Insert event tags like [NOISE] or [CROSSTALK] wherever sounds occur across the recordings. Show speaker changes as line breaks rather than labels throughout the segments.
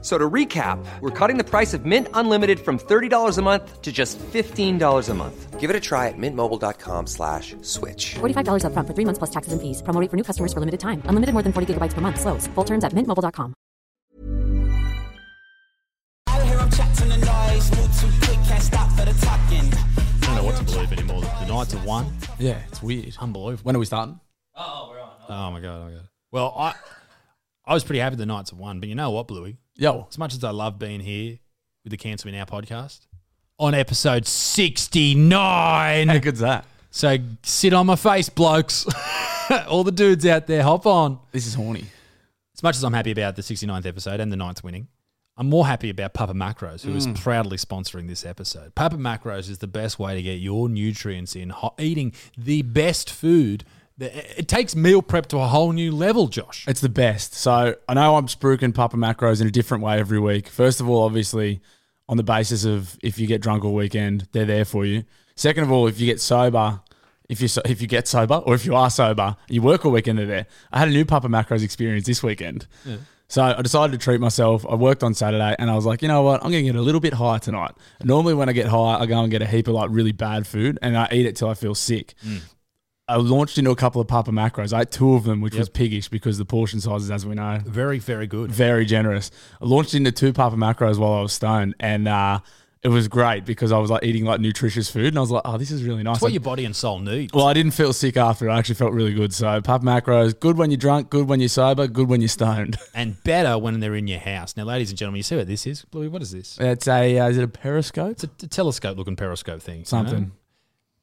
So to recap, we're cutting the price of Mint Unlimited from $30 a month to just $15 a month. Give it a try at mintmobile.com slash switch.
$45 upfront for three months plus taxes and fees. Promo rate for new customers for limited time. Unlimited more than 40 gigabytes per month. Slows. Full terms at mintmobile.com.
I hear them chatting the noise, move too quick, can't stop for the talking.
I don't know what to believe anymore. The Knights have won.
Yeah, it's weird.
Unbelievable.
When are we starting?
Oh my god, oh my god. Well, I I was pretty happy the Knights have won, but you know what, Bluey?
Yo,
As much as I love being here with the Cancer in Our podcast, on episode sixty nine.
how good's that?
So sit on my face, blokes. [LAUGHS] All the dudes out there, hop on.
This is horny.
As much as I'm happy about the 69th episode and the Knights winning, I'm more happy about Papa Macros, who is
Mm.
proudly sponsoring this episode. Papa Macros is the best way to get your nutrients in, ho- eating the best food. The- It takes meal prep to a whole new level, Josh.
It's the best. So I know I'm spruiking Papa Macros in a different way every week. First of all, obviously, on the basis of if you get drunk all weekend, they're there for you. Second of all, if you get sober, if you so, if you get sober or if you are sober, you work all weekend, they're there. I had a new Papa Macros experience this weekend. So I decided to treat myself. I worked on Saturday and I was like, you know what? I'm going to get a little bit high tonight. Normally when I get high, I go and get a heap of like really bad food and I eat it till I feel sick. I launched into a couple of Papa Macros. I ate two of them, which was piggish because the portion sizes, as we know,
Very, very good.
very generous. I launched into two Papa Macros while I was stoned, and uh, it was great because I was like eating like nutritious food, and I was like, oh, this is really nice.
It's what your body and soul need.
well, I didn't feel sick after. I actually felt really good. So Papa Macros, good when you're drunk, good when you're sober, good when you're [LAUGHS] stoned.
and better when they're in your house. Now, ladies and gentlemen, you see what this is? Bluey, what is this?
It's a uh, is it a periscope?
It's a, telescope looking periscope thing. you know?
Something.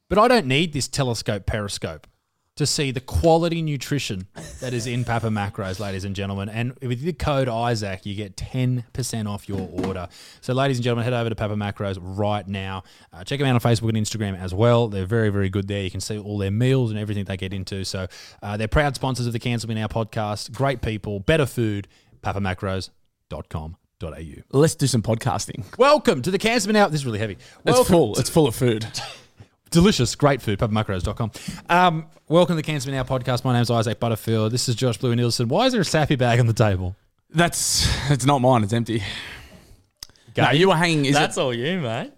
But I don't need this telescope periscope to see the quality nutrition that is in Papa Macros, ladies and gentlemen. And with the code Isaac, you get 10% off your order. So, ladies and gentlemen, head over to Papa Macros right now. Uh, check them out on Facebook and Instagram as well. They're very, very good there. You can see all their meals and everything they get into. So, uh, they're proud sponsors of the Cancel Me Now podcast. Great people, better food, papamacros.com.au.
Let's do some podcasting.
Welcome to the Cancel Me Now. This is really heavy.
it's
Welcome
full. It's full of [LAUGHS] food.
delicious, great food, peppermacros.com. Um, welcome to the Cancer Now podcast. My name's Isaac Butterfield. This is Josh Blue Nielsen. Why is there a sappy bag on the table?
That's it's not mine. It's empty. No, you were hanging. Is
That's
it,
all you, mate.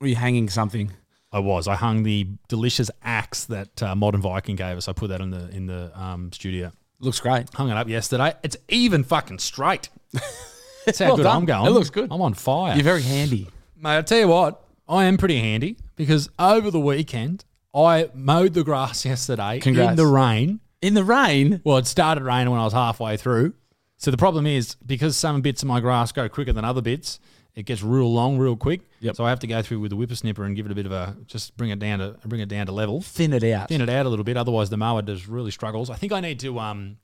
were you hanging something?
I was. I hung the delicious axe that uh, Modern Viking gave us. I put that in the in the um, studio.
Looks great.
Hung it up yesterday. It's even fucking
[LAUGHS]
straight. That's how
Well
good
done.
I'm going.
It looks good.
I'm on fire.
You're very handy.
Mate, I'll tell you what, I am pretty handy because over the weekend I mowed the grass [LAUGHS] yesterday in
Congrats.
the rain.
In the rain,
Well, it started raining when I was halfway through. So the problem is because some bits of my grass go quicker than other bits, it gets real long real quick.
Yep.
So I have to go through with the whippersnipper and give it a bit of a just bring it down to bring it down to level,
thin it out.
thin it out a little bit. Otherwise, the mower just really struggles. I think I need to um,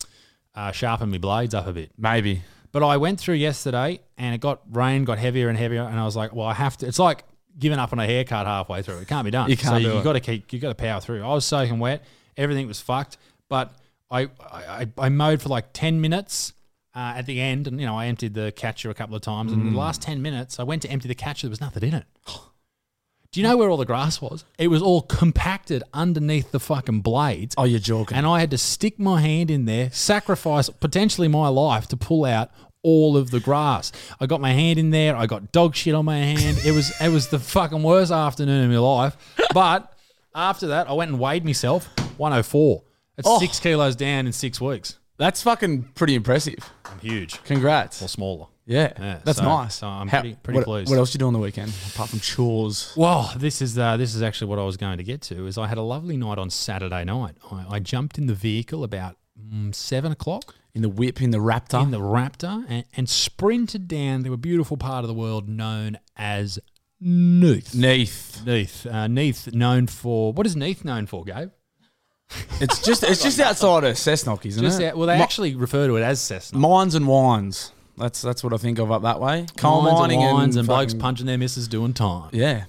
uh, sharpen my blades up a bit.
Maybe.
But I went through yesterday and it got rain, got heavier and heavier, and I was like, well, I have to. It's like giving up on a haircut halfway through. It can't be done.
You can't
So
do
you
it.
got to keep. You got to power through. I was soaking wet. Everything was fucked. But I I, I, I mowed for like ten minutes. Uh, at the end, and you know, I emptied the catcher a couple of times. And in the
Mm.
last ten minutes, I went to empty the catcher. There was nothing in it. Do you know where all the grass was? It was all compacted underneath the fucking blades.
Oh, you're joking.
And I had to stick my hand in there, sacrifice potentially my life to pull out all of the grass. I got my hand in there. I got dog shit on my hand. It was it was the fucking worst afternoon of my life. But after that, I went and weighed myself, 104. It's
Oh.
six kilos down in six weeks.
That's fucking pretty impressive.
I'm huge
Congrats.
or smaller.
Yeah,
Yeah,
that's
so-
nice.
so I'm pretty- pretty
what,
pleased.
What else you do on the weekend apart from chores?
Well, this is uh, this is actually what I was going to get to. Is I had a lovely night on Saturday night. I, I jumped in the vehicle about mm, seven o'clock.
In the whip, in the Raptor.
in the Raptor and, and sprinted down to a beautiful part of the world known as Neath.
Neath.
Neath, uh, Neath, known for what is Neath known for, Gabe?
It's just it's just outside of Cessnock, isn't
Just
it?
out, well, they
Mi-
actually refer to it as Cessna.
mines and wines. That's that's what I think of up that way. Coal
Mines
mining
and, wines and, blokes
fucking-
punching their missus doing time.
Yeah,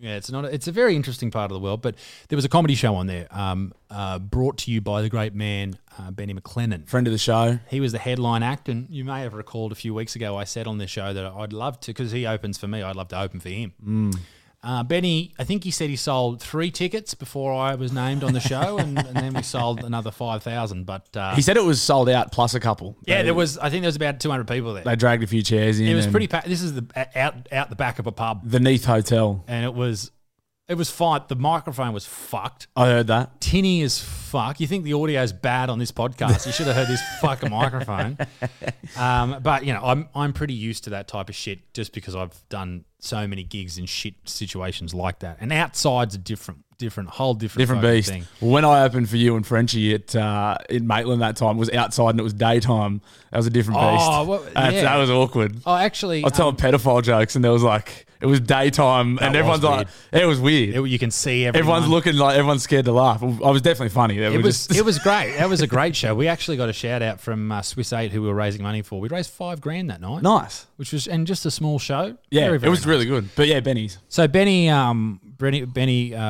Yeah, it's not. It's a very interesting part of the world. But there was a comedy show on there, um, uh, brought to you by the great man uh, Benny McLennan.
Friend of the show.
He was the headline act, and you may have recalled a few weeks ago I said on this show that I'd love to because he opens for me. I'd love to open for him.
Mm.
Uh, Benny, I think he said he sold three tickets before I was named on the show, and, and then we sold another five thousand. But uh,
He said it was sold out plus a couple.
yeah,
they,
there was. I think there was about two hundred people there.
they dragged a few chairs in.
It was
and
pretty. Pa- this is the out out the back of a pub,
The Neath Hotel.
and it was it was fine. The microphone was fucked.
I heard that.
tinny as fuck. You think the audio's bad on this podcast? You should have heard this fucking microphone. Um, but you know, I'm I'm pretty used to that type of shit just because I've done so many gigs in shit situations like that. And outside's a different, different, whole different,
Different
fucking
beast.
thing.
When I opened for you and Frenchie at uh, in Maitland that time, it was outside and it was daytime. That was a different
Oh,
beast.
what-
That's-
yeah.
That was awkward.
Oh, actually,
I was telling pedophile jokes and there was like it was daytime and
was
everyone's like it was weird.
um, it- you can see everyone.
everyone's looking like everyone's scared to laugh. I was definitely funny. It,
It was
just, [LAUGHS]
it was great. That was a great show. We actually got a shout out from uh, Swiss Eight, who we were raising money for. We raised five grand that night,
nice.
which was and just a small show.
Yeah,
Very,
it
very
was
nice.
really good. But yeah, Benny's.
So Benny, um, Benny, Benny, uh,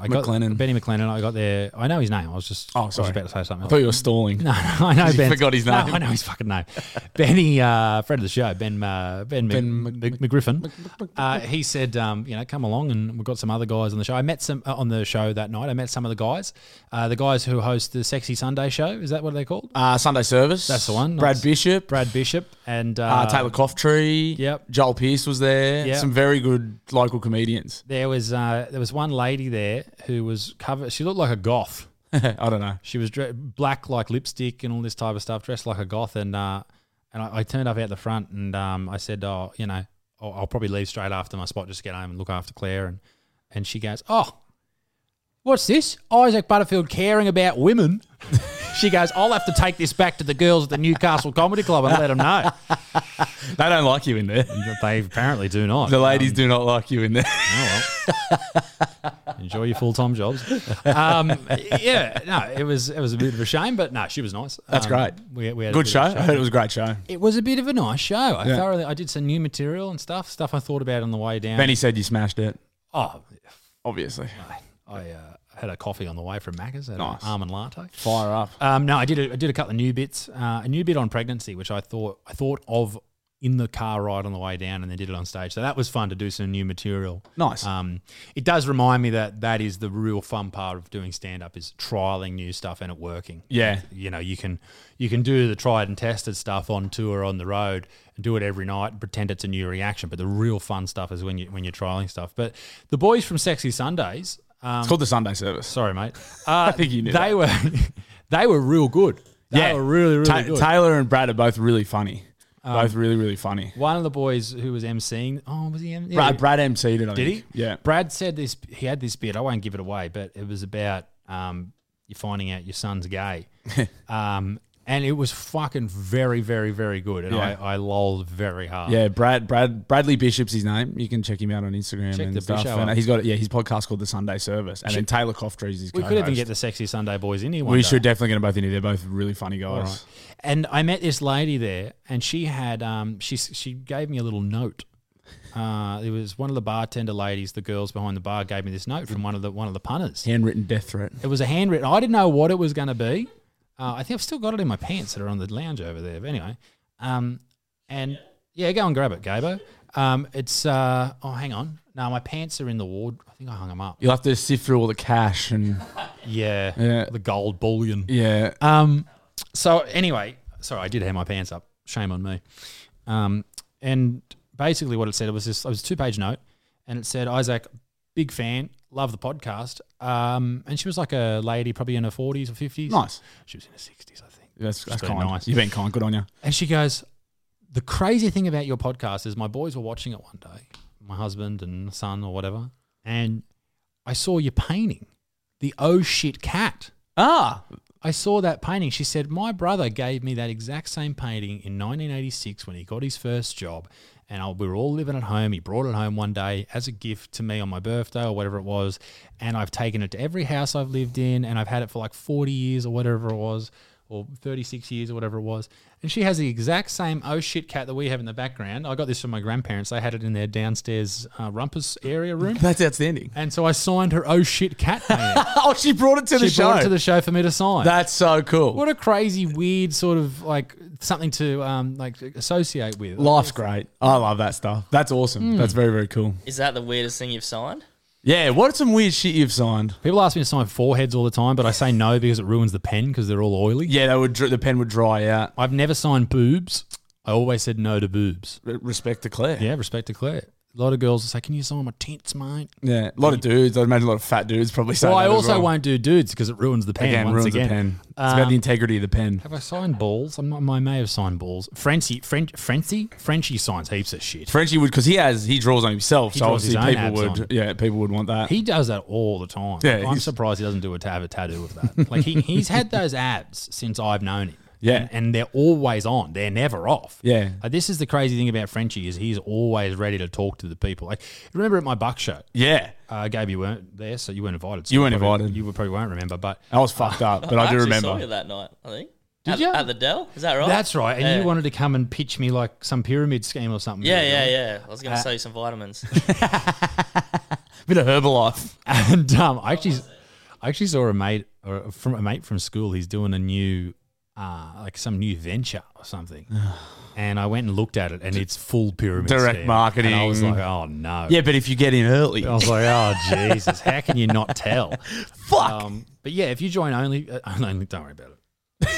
I got
McLennan.
Benny McLennan. I got there. I know his name. I was just.
Oh,
I was
sorry.
about to say something.
I
Else.
thought you were
[LAUGHS]
stalling.
no, no, I know
You
Ben.
forgot his
No,
name.
I know his fucking name. [LAUGHS] Benny, uh, friend of the show, Ben, uh, Ben, ben
Ben
Mc,
Mc-
Mc- McGriffin. uh, he said, um, you know, come along, and we've got some other guys on the show. I met some uh, on the show that night. I met some of the guys, uh, the guys who host the Sexy Sunday show. Is that what they're called?
Uh, Sunday Service.
That's the one.
Brad
Nice.
Bishop.
Brad Bishop and uh,
uh, Taylor Cofftree.
Yep.
Joel Pierce was there.
Yep.
Some very good local comedians. [LAUGHS]
There was uh, there was one lady there who was covered. She looked like a goth.
I don't know.
She was dre- black like lipstick and all this type of stuff, dressed like a goth. And uh, and I, I turned up out the front and um, I said, oh, you know, I'll, I'll probably leave straight after my spot, just get home and look after Claire. And and she goes, oh, what's this? Isaac Butterfield caring about women. [LAUGHS] she goes, I'll have to take this back to the girls at the Newcastle Comedy Club and let them know.
They don't like you in there.
[LAUGHS] They apparently do [LAUGHS] not.
The ladies
Um,
do not like you in there.
Oh well. [LAUGHS] Enjoy your full time jobs.
[LAUGHS]
Um, yeah, no, it was it was a bit of a shame, but no, she was nice.
That's
Um,
great.
We, we had a
Good
bit
show.
of a
I heard it was a great show.
It was a bit of a nice show. I
Yeah.
thoroughly I did some new material and stuff. Stuff I thought about on the way down.
Benny said you smashed it.
Oh,
Obviously.
I uh, had a coffee on the way from Macca's. Had
Nice.
an almond latte.
Fire up.
Um, no, I did. A, I did a couple of new bits. Uh, a new bit on pregnancy, which I thought I thought of in the car ride on the way down, and then did it on stage. So that was fun to do some new material.
Nice.
Um, it does remind me that that is the real fun part of doing stand up is trialing new stuff and it working.
Yeah.
You know, you can you can do the tried and tested stuff on tour on the road and do it every night and pretend it's a new reaction. But the real fun stuff is when you when you're trialing stuff. But the boys from Sexy Sundays, um,
It's called the Sunday Service.
sorry
[LAUGHS]
mate, uh, I
think you knew
they
that.
were [LAUGHS] they were real good. They were really really
Ta-
good. Um,
Taylor and Brad are both really funny. both really really funny.
One of the boys who was emceeing, oh, was he emceeing?
Brad, Brad MC'd it. I
Did he?
think. Yeah.
Brad said this. He had this bit. I won't give it away, but it was about um, you finding out your son's
[LAUGHS]
gay. um, and it was fucking very, very, very good. And
Yeah.
I, I lolled very hard.
Yeah, Brad, Brad, Bradley Bishop's his name. You can check him out on Instagram
Check
and
the
stuff.
Bisho
And
up.
he's got yeah, his podcast called The Sunday Service, and then Taylor Coftree's his.
We could
co-host.
even get the sexy Sunday boys in here. One
We
day.
should definitely get them both in here. They're both really funny guys.
And I met this lady there, and she had um, she she gave me a little note. Uh, it was one of the bartender ladies, the girls behind the bar, gave me this note from one of the one of the punters.
Handwritten death threat.
It was a handwritten. I didn't know what it was going to be. Uh, I think I've still got it in my pants that are on the lounge over there. But anyway, um, and yeah. go and grab it, Gabo. Um, it's uh, oh, hang on. No, my pants are in the ward. I think I hung them up.
You'll have to sift through all the cash and
Yeah,
Yeah.
the gold bullion.
yeah.
Um, so anyway, sorry, I did have my pants up. Shame on me. Um, and basically, what it said was this: it was a two-page note, and it said, "Isaac, big fan, love the podcast." Um, and she was like a lady, probably in her forties or fifties.
Nice.
She was in her sixties, I think.
That's, that's
been
kind.
nice.
You've been kind. Good on you.
And she goes, The crazy thing about your podcast is my boys were watching it one day, my husband and son or whatever, and I saw you painting the oh shit cat.
Ah,
I saw that painting. She said, My brother gave me that exact same painting in 1986 when he got his first job. And I, we were all living at home. He brought it home one day as a gift to me on my birthday or whatever it was. And I've taken it to every house I've lived in and I've had it for like 40 years or whatever it was. or 36 years or whatever it was. And she has the exact same oh shit cat that we have in the background. I got this from my grandparents. They had it in their downstairs uh, rumpus area room.
[LAUGHS] That's outstanding.
And so I signed her oh shit
[LAUGHS]
cat name.
Oh, she brought it to the
she
show.
brought it to the show for me to sign.
That's so cool.
what a crazy, weird sort of like something to um, like associate with.
Life's great. I love that stuff. That's awesome.
Hmm.
That's very, very cool.
Is that the weirdest thing you've signed?
Yeah, what's some weird shit you've signed?
People ask me to sign foreheads all the time, but I say no because it ruins the pen because they're all oily.
Yeah, that would dr- the pen would dry out.
I've never signed boobs. I always said no to boobs.
R- Respect to Claire.
Yeah, respect to Claire. A lot of girls will say, "Can you sign my tits, mate?"
yeah. A lot of dudes. I imagine a lot of fat dudes probably say.
Well,
that
I
as
also
well.
won't do dudes because it ruins the pen.
Again,
once
ruins
again. Uh, Um,
the pen. It's about the integrity of the pen.
Have I signed balls? I'm not, I may have signed balls. Frenchie, French, Frenchie, Frenchie signs heaps of shit.
Frenchie would because he has he draws on himself,
He
so
draws his
obviously
own
people
abs
would
on.
yeah people would want that.
He does that all the time.
Yeah,
I'm
he's-
surprised he doesn't do a tab a tattoo of that. Like he, he's had those abs since I've known him.
Yeah.
and, and they're always on. They're never off.
Yeah.
Uh, this is the crazy thing about Frenchie is he's always ready to talk to the people. Like remember at my buck show,
yeah,
uh, Gabe, you weren't there, so you weren't invited. So
You weren't
probably-
invited.
You probably won't remember, but
I was fucked up,
[LAUGHS]
but I do
actually Saw you
remember.
that night, I think.
Did
at,
you?
at the Dell? Is that
Oh.
right?
that's right. And
yeah.
you wanted to come and pitch me like some pyramid scheme or something.
Yeah,
you know?
yeah, yeah. I was going to sell you some vitamins.
Bit of Herbalife.
And um, I actually, I actually saw a mate or from a mate from school. He's doing a new, uh, like some new venture or something. and I went and looked at it, and it's full pyramid
Direct
scheme. And I was
marketing.
like, oh no.
Yeah, but if you get in early,
I was like, [LAUGHS] oh Jesus, how can you not [LAUGHS] tell? Fuck. Um, but yeah, if you join only, uh, [LAUGHS] only, don't worry about it.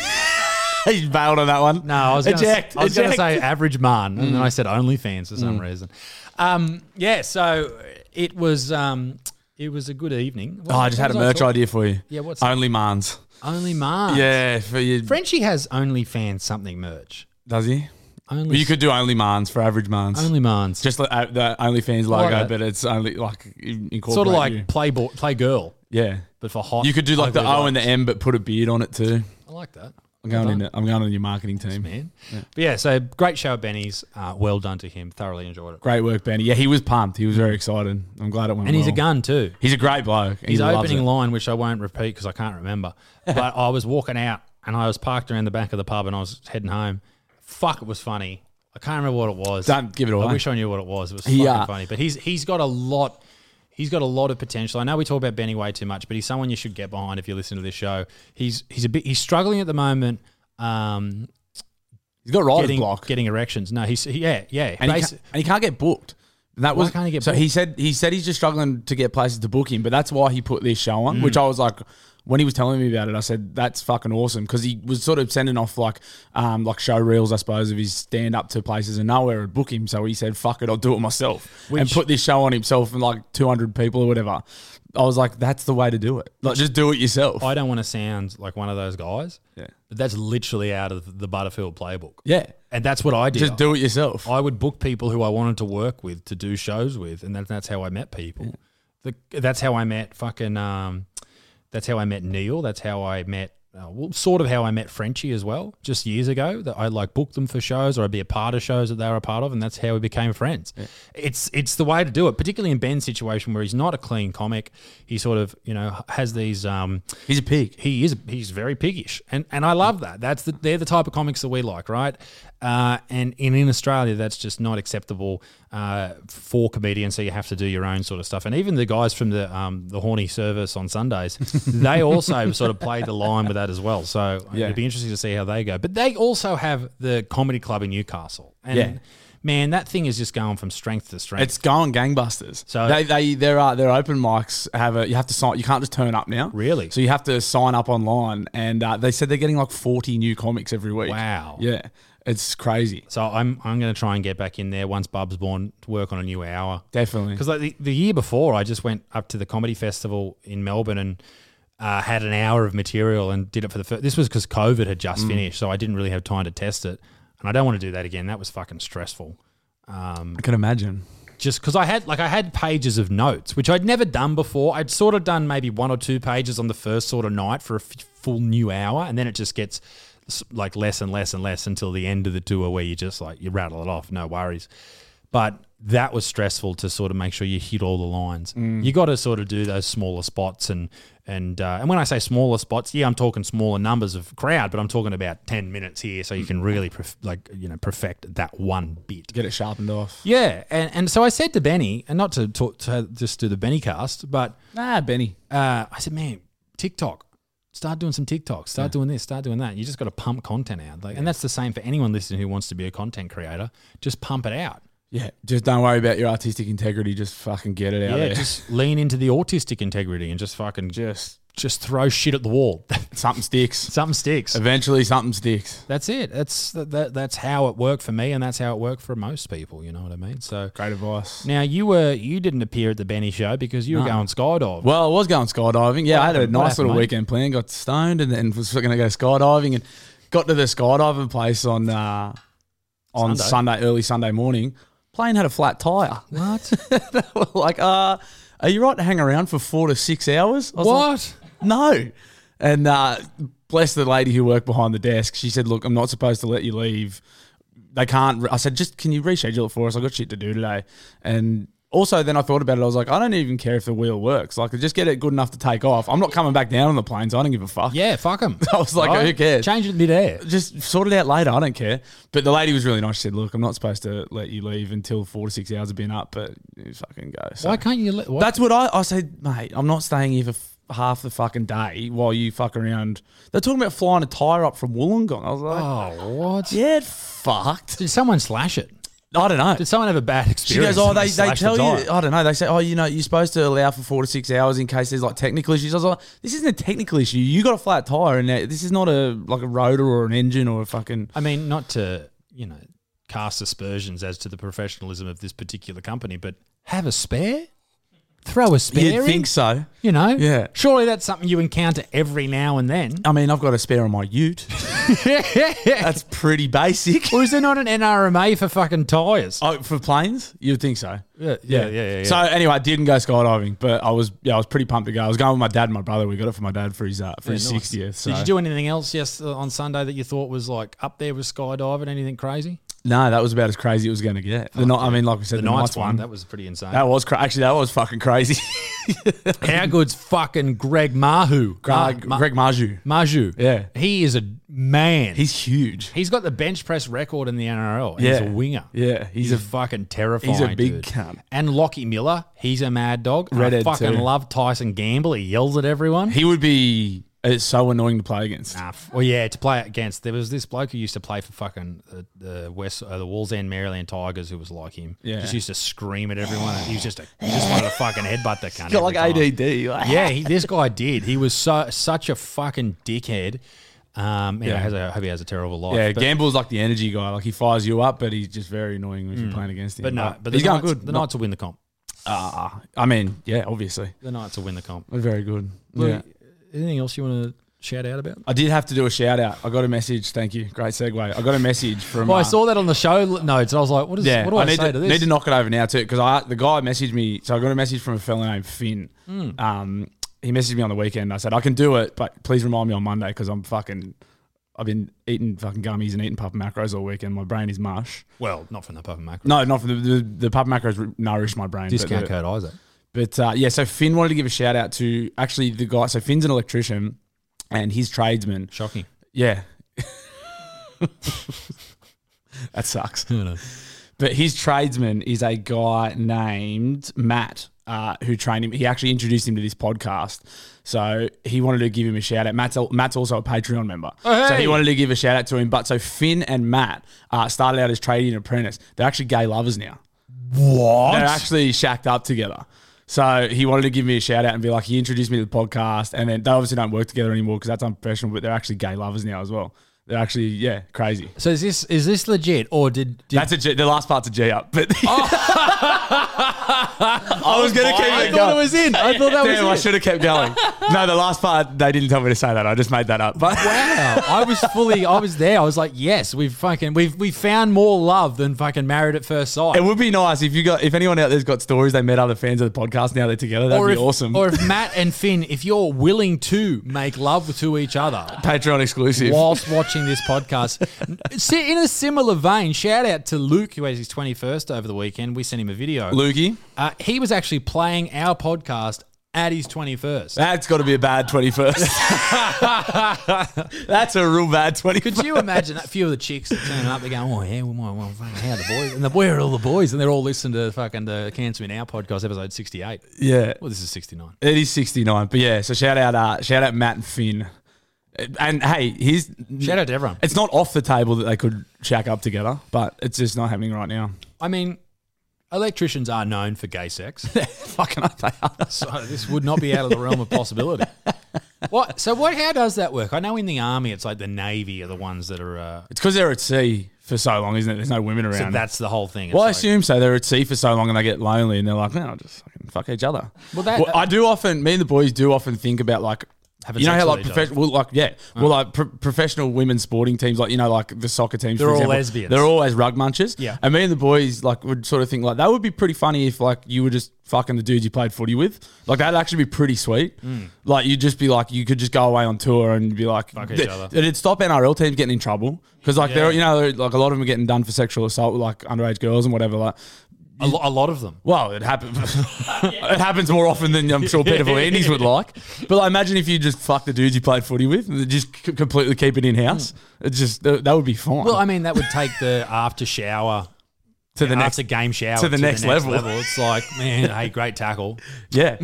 [LAUGHS] he bailed on that one.
No, I was gonna,
eject.
I was gonna
eject.
say average man, and then I said OnlyFans for some reason. Um, yeah, so it was um, it was a good evening. What-
Oh, I just
what
had a
was
merch
talking-
idea for you.
Yeah, what's that?
only man's?
Only man.
Yeah, for you.
Frenchie has OnlyFans something merch.
Does he?
Only
Well, you could do only man's for average man's.
only man's.
just like, uh, the OnlyFans logo,
Alright.
but it's only like incorporate
sort of like
you.
play boy, play girl,
yeah.
but for hot.
You could do like the
ugly
O and the
blokes.
M, but put a beard on it too.
I like that.
I'm going
Well
in. I'm going on your marketing team.
man. But yeah, so great show at Benny's. Uh, well done to him. Thoroughly enjoyed it.
Great work, Benny. Yeah, he was pumped. He was very excited. I'm glad it went.
And he's a
well.
gun too.
He's a great bloke.
his
he loves
opening
it.
line, which I won't repeat because I can't remember, but I was walking out and I was parked around the back of the pub and I was heading home. Fuck, it was funny. I can't remember what it was.
Don't give it
I
away.
wish I knew what it was. It was
Yeah.
fucking funny. But he's he's got a lot. He's got a lot of potential. I know we talk about Benny way too much, but he's someone you should get behind if you listen to this show. He's he's a bit he's struggling at the moment. Um,
He's got writer's
getting
block,
getting erections. No, he's yeah yeah.
and, he
Basi-
can't, and he can't get booked. And that
Why
was
can't he get
so he
booked?
said he said he's just struggling to get places to book him, but that's why he put this show on.
Mm.
Which I was like, when he was telling me about it, I said that's fucking awesome because he was sort of sending off like um like show reels, I suppose, of his stand up to places and nowhere would book him. So he said, fuck it, I'll do it myself and
Which-
put this show on himself and like 200 people or whatever. I was like, that's the way to do it. Like, just do it yourself.
I don't want to sound like one of those guys. Yeah. But that's literally out of the Butterfield playbook.
yeah.
And that's what I did.
Just do it yourself.
I would book people who I wanted to work with to do shows with, and that, that's how I met people. The, that's how I met fucking. Um, that's how I met Neil. That's how I met. Uh, well, sort of how I met Frenchie as well, just years ago. That I like booked them for shows, or I'd be a part of shows that they were a part of, and that's how we became friends. It's it's the way to do it, particularly in Ben's situation where he's not a clean comic. He sort of you know has these um,
He's a pig.
he is he's very piggish, and and I love that. That's the they're the type of comics that we like, right? Uh, and in in Australia, that's just not acceptable uh, for comedians. So you have to do your own sort of stuff. And even the guys from the um, the horny service on Sundays,
[LAUGHS]
they also sort of played the line with that as well. So
Yeah.
it'd be interesting to see how they go. But they also have the comedy club in Newcastle, and
Yeah.
man, that thing is just going from strength to strength.
It's going gangbusters.
So-
So they, they there are their open mics have a you have to sign you can't just turn up now.
Really?
So you have to sign up online, and uh, they said they're getting like forty new comics every week.
Wow.
Yeah, it's crazy.
so I'm I'm going to try and get back in there once Bub's born to work on a new hour.
Definitely.
Because like the, the year before, I just went up to the comedy festival in Melbourne and uh, had an hour of material and did it for the first. This was because COVID had just finished, so I didn't really have time to test it, and I don't want to do that again. That was fucking stressful.
I can imagine.
Just because I had like I had pages of notes, which I'd never done before. I'd sort of done maybe one or two pages on the first sort of night for a f- full new hour, and then it just gets s- like less and less and less until the end of the tour where you just like you rattle it off, no worries. But that was stressful to sort of make sure you hit all the lines. You got to sort of do those smaller spots and and uh, and when I say smaller spots, yeah, I'm talking smaller numbers of crowd, but I'm talking about ten minutes here, so you can really perf- like you know perfect that one bit.
Get it sharpened off.
Yeah, and, and so I said to Benny, and not to talk to just do the Benny cast, but
Nah, Benny.
uh, I said, man, TikTok, start doing some TikTok, start doing this, start doing that. You just got to pump content out, like, and that's the same for anyone listening who wants to be a content creator. Just pump it out.
Yeah, just don't worry about your artistic integrity. Just fucking get it out
yeah,
there.
just lean into the autistic integrity and just fucking just,
just
throw shit at the wall. [LAUGHS]
something sticks.
Something sticks.
Eventually, something sticks.
That's it. That's that, that's how it worked for me, and that's how it worked for most people. You know what I mean? So
Great advice.
now you were you didn't appear at the Benny show because you were going skydiving.
Well, I was going skydiving. Yeah, I had a
happened? What
nice
happened,
little
mate?
weekend plan. Got stoned and then was going to go skydiving and got to the skydiving place on uh, on
Sunday.
Sunday. early Sunday morning. Plane had a flat tire. [LAUGHS]
What?
They were like, uh, are you right to hang around for four to six hours? I was like,
What?
no. And uh, bless the lady who worked behind the desk. She said, look, I'm not supposed to let you leave. They can't. I said, just can you reschedule it for us? I got shit to do today. And also, then I thought about it. I was like, I don't even care if the wheel works. Like, just get it good enough to take off. I'm not coming back down on the planes. I don't give a fuck.
Yeah, fuck them.
[LAUGHS] I was like, who cares?
Change it midair.
Just sort it out later. I don't care. But the lady was really nice. She said, look, I'm not supposed to let you leave until four to six hours have been up, but you fucking go. So-
Why can't you let? Why,
that's what I, I said, mate. I'm not staying here for f- half the fucking day while you fuck around. They're talking about flying a tire up from Wollongong. I was like,
oh, what?
yeah, it fucked.
Did someone slash it?
I don't know.
Did someone have a bad
She
experience?
goes, oh,
and
they, they
slashed the
tell you.
tire?
I don't know. They say, oh, you know, you're supposed to allow for four to six hours in case there's like technical issues. I was like, this isn't a technical issue. You got a flat tire, and that- this is not a like a rotor or an engine or a fucking.
I mean, not to you know cast aspersions as to the professionalism of this particular company, but have a spare. Throw a spare.
You'd
in,
think so.
You know.
Yeah.
Surely that's something you encounter every now and
[LAUGHS]
then.
I mean, I've got a spare on
[LAUGHS]
my Ute. That's pretty basic.
Or is there not an NRMA for fucking tires?
Oh, for planes? You'd think so.
Yeah, yeah, yeah, yeah,
So
yeah.
anyway, I didn't go skydiving, but I was yeah, I was pretty pumped to go. I was going with my dad and my brother. We got it for my dad for his uh, for his
Yeah, nice.
sixtieth. So.
Did you do anything else yes uh, on Sunday that you thought was like up there with skydiving? Anything crazy?
No, that was about as crazy it was going to get. The night, I mean, like we said,
The,
the,
night's
nights
one,
one.
that was pretty insane.
That was cra- actually that was
[LAUGHS]
fucking crazy.
How good's fucking Greg Mahu?
Uh,
Ma-
Greg Marju,
Ma- Maju.
Yeah.
He is a man.
he's huge.
he's got the bench press record in the NRL. and He's
Yeah.
a winger.
Yeah,
He's,
he's
a,
a-
fucking terrifying
big
dude.
cunt.
And Lockie Miller, he's a mad dog. And I
Redhead
fucking
too.
love Tyson Gamble. He yells at everyone.
He would be it's so annoying to play against.
Nah, f- well, yeah, to play against. There was this bloke who used to play for fucking uh, the West, uh, the Walls End Maryland Tigers, who was like him.
Yeah.
just used to scream at everyone. and He was just a, he just wanted to fucking headbutt the cunt.
He's got
every
like
time.
ADD. like-
Yeah, he, this guy did. He was so such a fucking dickhead. Um, yeah,
Yeah.
I hope he has a terrible life.
yeah.
but,
Gamble's like the energy guy. Like he fires you up, but he's just very annoying when you're playing against him.
Hmm. but no, but the
he's going
Knights,
good.
The
Not- uh,
Knights will win the comp.
I mean, yeah, obviously,
The Knights will win the comp.
very good. yeah.
Anything else you want to shout out about?
I did have to do a shout out. I got a message. Thank you. Great segue. I got a message from.
Well, Oh, I
uh,
saw that on the show l- notes, and I was like, "What is?
Yeah,
what do I,
need
say to,
to,
this?"
Need to knock it over now too, because I the guy messaged me. So I got a message from a fellow named Finn.
Hmm.
Um, he messaged me on the weekend. I said I can do it, but please remind me on Monday because I'm fucking. I've been eating fucking gummies and eating papa macros all weekend. My brain is mush.
well, not from the Puff and Macro.
No, not for the the, the papa macros nourish my brain. but uh,
Discount
the-
code Isaac.
but uh, yeah, so Finn wanted to give a shout out to actually the guy. So Finn's an electrician, and his tradesman.
Shocking.
Yeah. that sucks. But his tradesman is a guy named Matt, uh, who trained him. He actually introduced him to this podcast. So he wanted to give him a shout out. Matt's, al- Matt's also a Patreon member. So
hey.
he wanted to give a shout out to him. But so Finn and Matt uh, started out as trading apprentice. They're actually gay lovers now.
What?
They're actually shacked up together. So he wanted to give me a shout out and be like, he introduced me to the podcast. And then they obviously don't work together anymore because that's unprofessional, but they're actually gay lovers now as well. They're actually, yeah, crazy.
so is this is this legit or did, did
That's a G, the last part's a G up, but [LAUGHS] I was gonna keep
I
it
thought
going.
it was in. Oh. I thought that
Damn, I
was in.
should have kept going. No, the last part they didn't tell me to say that. I just made that up. But
Wow, I was fully, I was there. I was like, yes, we've fucking, we've we found more love than fucking married at first sight.
[LAUGHS] it would be nice if you got if anyone out there's got stories they met other fans of the podcast now they're together. That'd be
if,
awesome.
Or if Matt and Finn, if you're willing to make love to each other
Patreon exclusive.
whilst watching this podcast, si- in a similar vein, shout out to Luke who had his 21st over the weekend. We sent him a video.
Loogie.
uh, he was actually playing our podcast at his 21st.
That's got to be a bad 21st. [LAUGHS] That's a real bad 21st.
Could you imagine a few of the chicks that turn up? They're going, "Oh yeah, we might well, fucking how the boys and the where are all the boys?" And they're all listening to fucking the Cancer in Our podcast episode sixty eight.
Yeah.
Well, this is sixty nine.
It is 69. But yeah, so shout out uh, shout out Matt and Finn. And hey, he's
Shout out to everyone.
It's not off the table that they could shack up together, but it's just not happening right now.
I mean, electricians are known for gay sex,
Fucking up they are.
so this would not be out of the realm of possibility. [LAUGHS] What? So what? How does that work? I know in the army, it's like the navy are the ones that are. Uh,
It's because they're at sea for so long, isn't it? There's no women around.
so that's the whole thing. It's
well, I
like-
assume so. They're at sea for so long and they get lonely and they're like, man, I'll just fucking fuck each other.
Well, that- uh,
I do often, me and the boys do often think about like,
Having
you know
sex
how
with
like
each other.
professional, well, like yeah, well like pro- professional women's sporting teams, like you know, like the soccer teams.
They're
for
all
example,
lesbians.
They're always rug munchers.
Yeah.
and me and the boys like would sort of think like that would be pretty funny if like you were just fucking the dudes you played footy with. Like that'd actually be pretty sweet.
Hmm.
Like you'd just be like you could just go away on tour and be like,
Fuck each
th-
other.
it'd stop NRL teams getting in trouble because like
Yeah.
they're you know like a lot of them are getting done for sexual assault with like underage girls and whatever like.
a, lo- a lot of them.
Well, it happens. [LAUGHS] it happens more often than I'm sure pedophile Andy's would like. But like, imagine if you just fuck the dudes you played footy with, and just c- completely keep it in house. It just that, that would be fine.
Well, I mean, that would take the after shower
to the next,
after game shower
to the next level.
It's like, man, hey, great tackle.
yeah,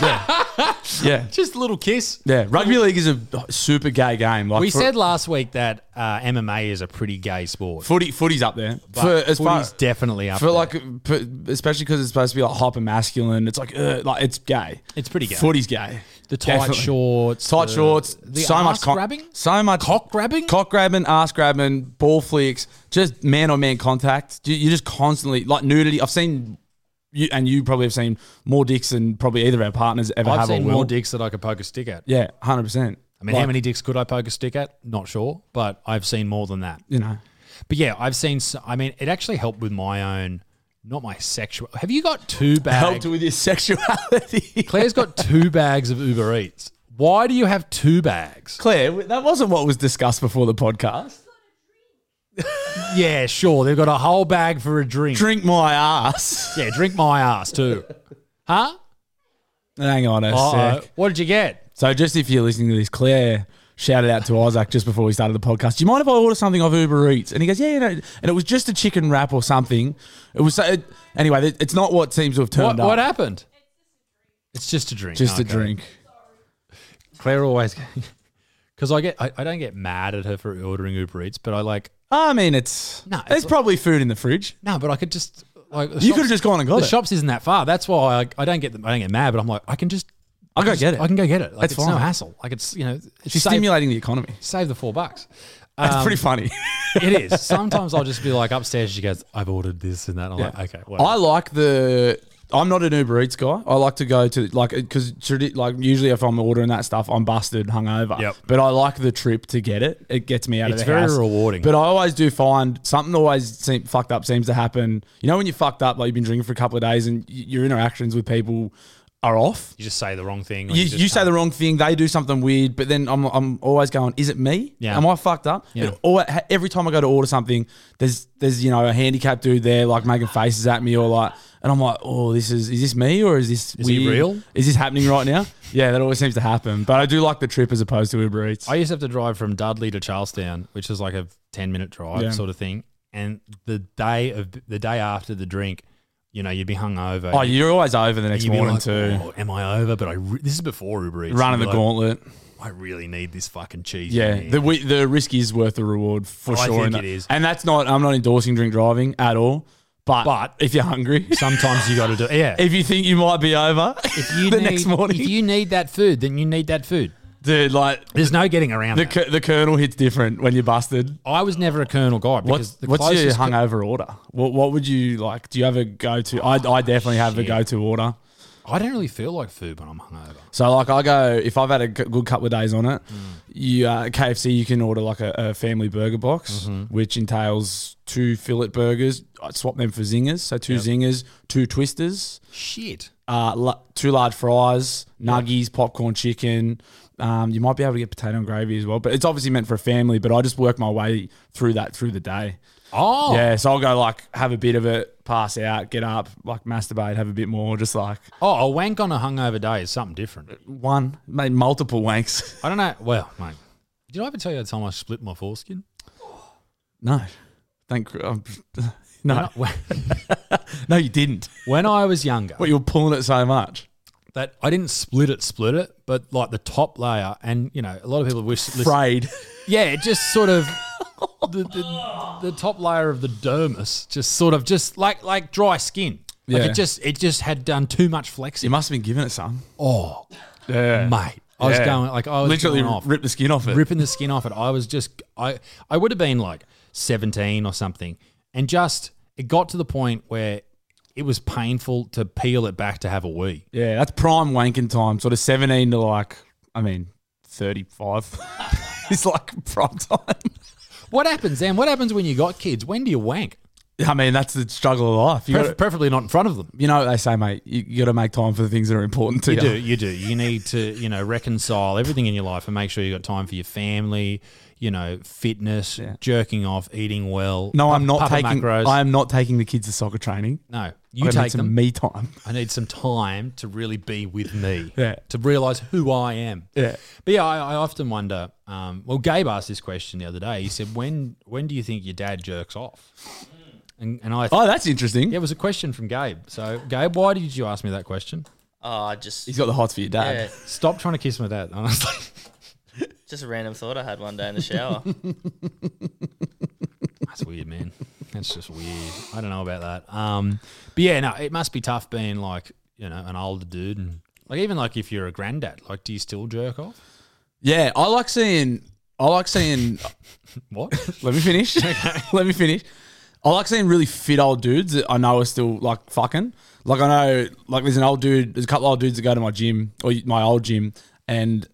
yeah, yeah,
Just a little kiss.
yeah. Rugby league is a super gay game. Like
We
for-
said last week that uh, MMA is a pretty gay sport.
footy, footy's up there
but
for as far
footy's definitely up
for
there.
like, p- especially because it's supposed to be like hyper masculine. It's like, uh, like it's gay.
It's pretty gay.
Footy's gay.
the tight
Definitely.
shorts,
tight
the-
shorts,
the
so much
arse
con-
grabbing.
so much
Cock grabbing?
cock grabbing, ass grabbing, ball flicks, just man on man contact. You- You're just constantly like nudity. I've seen you, and you probably have seen more dicks than probably either of our partners ever
I've
have.
seen
or will.
more dicks that I could poke a stick at.
Yeah, hundred percent.
I mean, how many dicks could I poke a stick at? Not sure, but I've seen more than that.
You know,
But yeah, I've seen. So, I mean, it actually helped with my own, not my sexual. Have you got two
[LAUGHS] helped
bags?
with your sexuality.
Claire's got
[LAUGHS]
two bags of Uber Eats. Why do you have two bags?
Claire, that wasn't what was discussed before the podcast.
Yeah, sure. They've got a whole bag for a drink.
Drink my ass.
Yeah, drink my ass too. Huh?
Hang on a
Uh-oh.
sec.
What did you get?
So, just if you're listening to this, Claire shouted out to Isaac just before we started the podcast. Do you mind if I order something off Uber Eats? And he goes, Yeah, you know. And it was just a chicken wrap or something. It was so, it, anyway. th- It's not what seems to have
What,
turned up.
what happened? It's just a drink.
Just a
Okay.
drink.
Claire always, because I get, I, I don't get mad at her for ordering Uber Eats, but I like,
I mean, it's
No, it's
There's
like-
probably food in the fridge.
no, but I could just like the
You
shops-
could have just gone and got
the
it.
shops isn't that far. That's why I, I don't get, them, I don't get mad, but I'm like, I can just,
I'll go
just-
get it.
I can go get it. Like
That's
it's no
fine.
hassle. Like it's you know, it's
She's
save,
stimulating the economy.
save the four bucks. Um,
That's pretty funny. [LAUGHS]
It is. Sometimes I'll just be like upstairs. She goes, I've ordered this and that. I'm like, okay, whatever.
I like the. I'm not an Uber Eats guy. I like to go to like because like usually if I'm ordering that stuff, I'm busted, hungover.
Yep.
But I like the trip to get it. It gets me out
It's
of the
very
house.
rewarding.
But I always do find something always seem, fucked up seems to happen. You know when you're fucked up, like you've been drinking for a couple of days, and y- your interactions with people are off.
you just say the wrong thing. or
You,
just
you say
can't-
the wrong thing, they do something weird, but then I'm, I'm always going, is it me?
Yeah.
Am I fucked up?
Yeah.
It alwa- ha- every time I go to order something, there's there's you know a handicapped dude there like making faces at me or like, and I'm like, oh, this is is this me or is this
Is he
weird?
real?
Is this happening right now? [LAUGHS] yeah, that always seems to happen. But I do like the trip as opposed to Uber Eats.
I used to have to drive from Dudley to Charlestown, which is like a ten minute drive
Yeah.
sort of thing. And the day of the day after the drink, you know, you'd be hungover.
oh, you're always over the next
You'd be
morning
like,
too,
"Oh, am I over? But I re- this is before Uber Eats.
running
You'd
the
be like,
gauntlet.
I really need this fucking cheese.
Yeah,
man."
the we, the risk is worth the reward for
I
sure.
think
and,
it is.
and that's not I'm not endorsing drink driving at all. But
But-
if you're hungry, [LAUGHS]
sometimes you got to do. Yeah.
if you think you might be over
you
[LAUGHS] the
need-
next morning,
if you need that food, then you need that food.
dude, like
There's no getting around
the
that.
cur- the kernel hits different when you're busted.
I was never a Colonel guy because
What's,
the
what's your
closest
hungover order? What what would you like? Do you have a go to? I, I definitely have a
shit.
go to order.
I don't really feel like food when I'm hungover.
So like I go if I've had a g- good couple of days on it,
Mm.
you uh, KFC you can order like a, a family burger box,
Mm-hmm.
which entails two fillet burgers. I'd swap them for zingers, so two zingers, two twisters,
Shit.
uh, la- two large fries, nuggies, popcorn chicken. Um, you might be able to get potato and gravy as well, but it's obviously meant for a family. But I just work my way through that through the day.
Oh,
Yeah, so I'll go like have a bit of it, pass out, get up, like masturbate, have a bit more, just like
oh, a wank on a hungover day is something different.
one, made multiple wanks. [LAUGHS]
I don't know. Well, mate, did I ever tell you the time I split my foreskin?
No, thank um, [LAUGHS] no,
When I-
[LAUGHS] no, you didn't.
When I was younger,
But you were pulling it so much,
that I didn't split it, split it, but like the top layer, and you know, a lot of people wish. listen-
frayed.
Yeah, it just sort of the, the the top layer of the dermis just sort of just like like dry skin. Like
Yeah.
it just it just had done too much
You
flexing.
must have been giving it some.
Oh,
Yeah,
mate, I was going like I was
literally
going off.
ripped the skin off it.
ripping the skin off it. I was just I I would have been like 17 or something and just it got to the point where it was painful to peel it back to have a wee.
Yeah, that's prime wanking time, sort of seventeen to like, I mean, thirty-five. [LAUGHS] it's like prime time.
What happens then? What happens when you got kids? When do you wank?
I mean, that's the struggle of life. You,
Pref-
gotta-
preferably not in front of them.
you know what they say, mate. You, you got to make time for the things that are important to
You do, you do. You need to, you know, reconcile everything in your life and make sure you got time for your family, you know, fitness, jerking off, eating well.
No, I'm not
Papa
taking.
macros.
I am not taking the kids to soccer training.
no, you
I need
take
some
them.
me time. [LAUGHS]
I need some time to really be with me.
Yeah.
To realize who I am.
Yeah.
But yeah, I, I often wonder. Um, well, Gabe asked this question the other day. He said, "When when do you think your dad jerks off?" And and I
Oh, that's interesting.
yeah, it was a question from Gabe. So Gabe, why did you ask me that question?
Oh, I just
He's got the hots for your
yeah,
dad.
Stop trying to kiss my dad. [LAUGHS] Honestly,
just a random thought I had one day in the shower.
that's weird, man. That's just weird. I don't know about that. Um, but yeah, no, it must be tough being like you know an older dude and like even like if you're a granddad, like do you still jerk off? [LAUGHS]
Yeah, I like seeing. I like seeing.
What?
let me finish. [LAUGHS] let me finish. I like seeing really fit old dudes that I know are still like fucking. Like I know, like there's an old dude. There's a couple old dudes that go to my gym or my old gym, and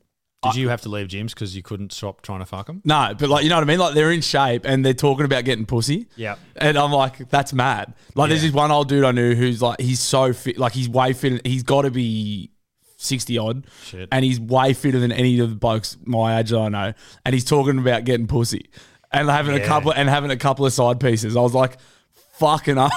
Did you have to leave gyms because you couldn't stop trying to fuck them?
no, but like you know what I mean. Like they're in shape and they're talking about getting pussy.
Yeah.
and I'm like, that's mad. Like there's
Yeah.
this one old dude I knew who's like, he's so fit. Like he's way fit. He's got to be. 60 odd,
Shit.
and he's way fitter than any of the blokes my age that I know. And he's talking about getting pussy and having a
Yeah.
couple and having a couple of side pieces. I was like, fucking, [LAUGHS] up.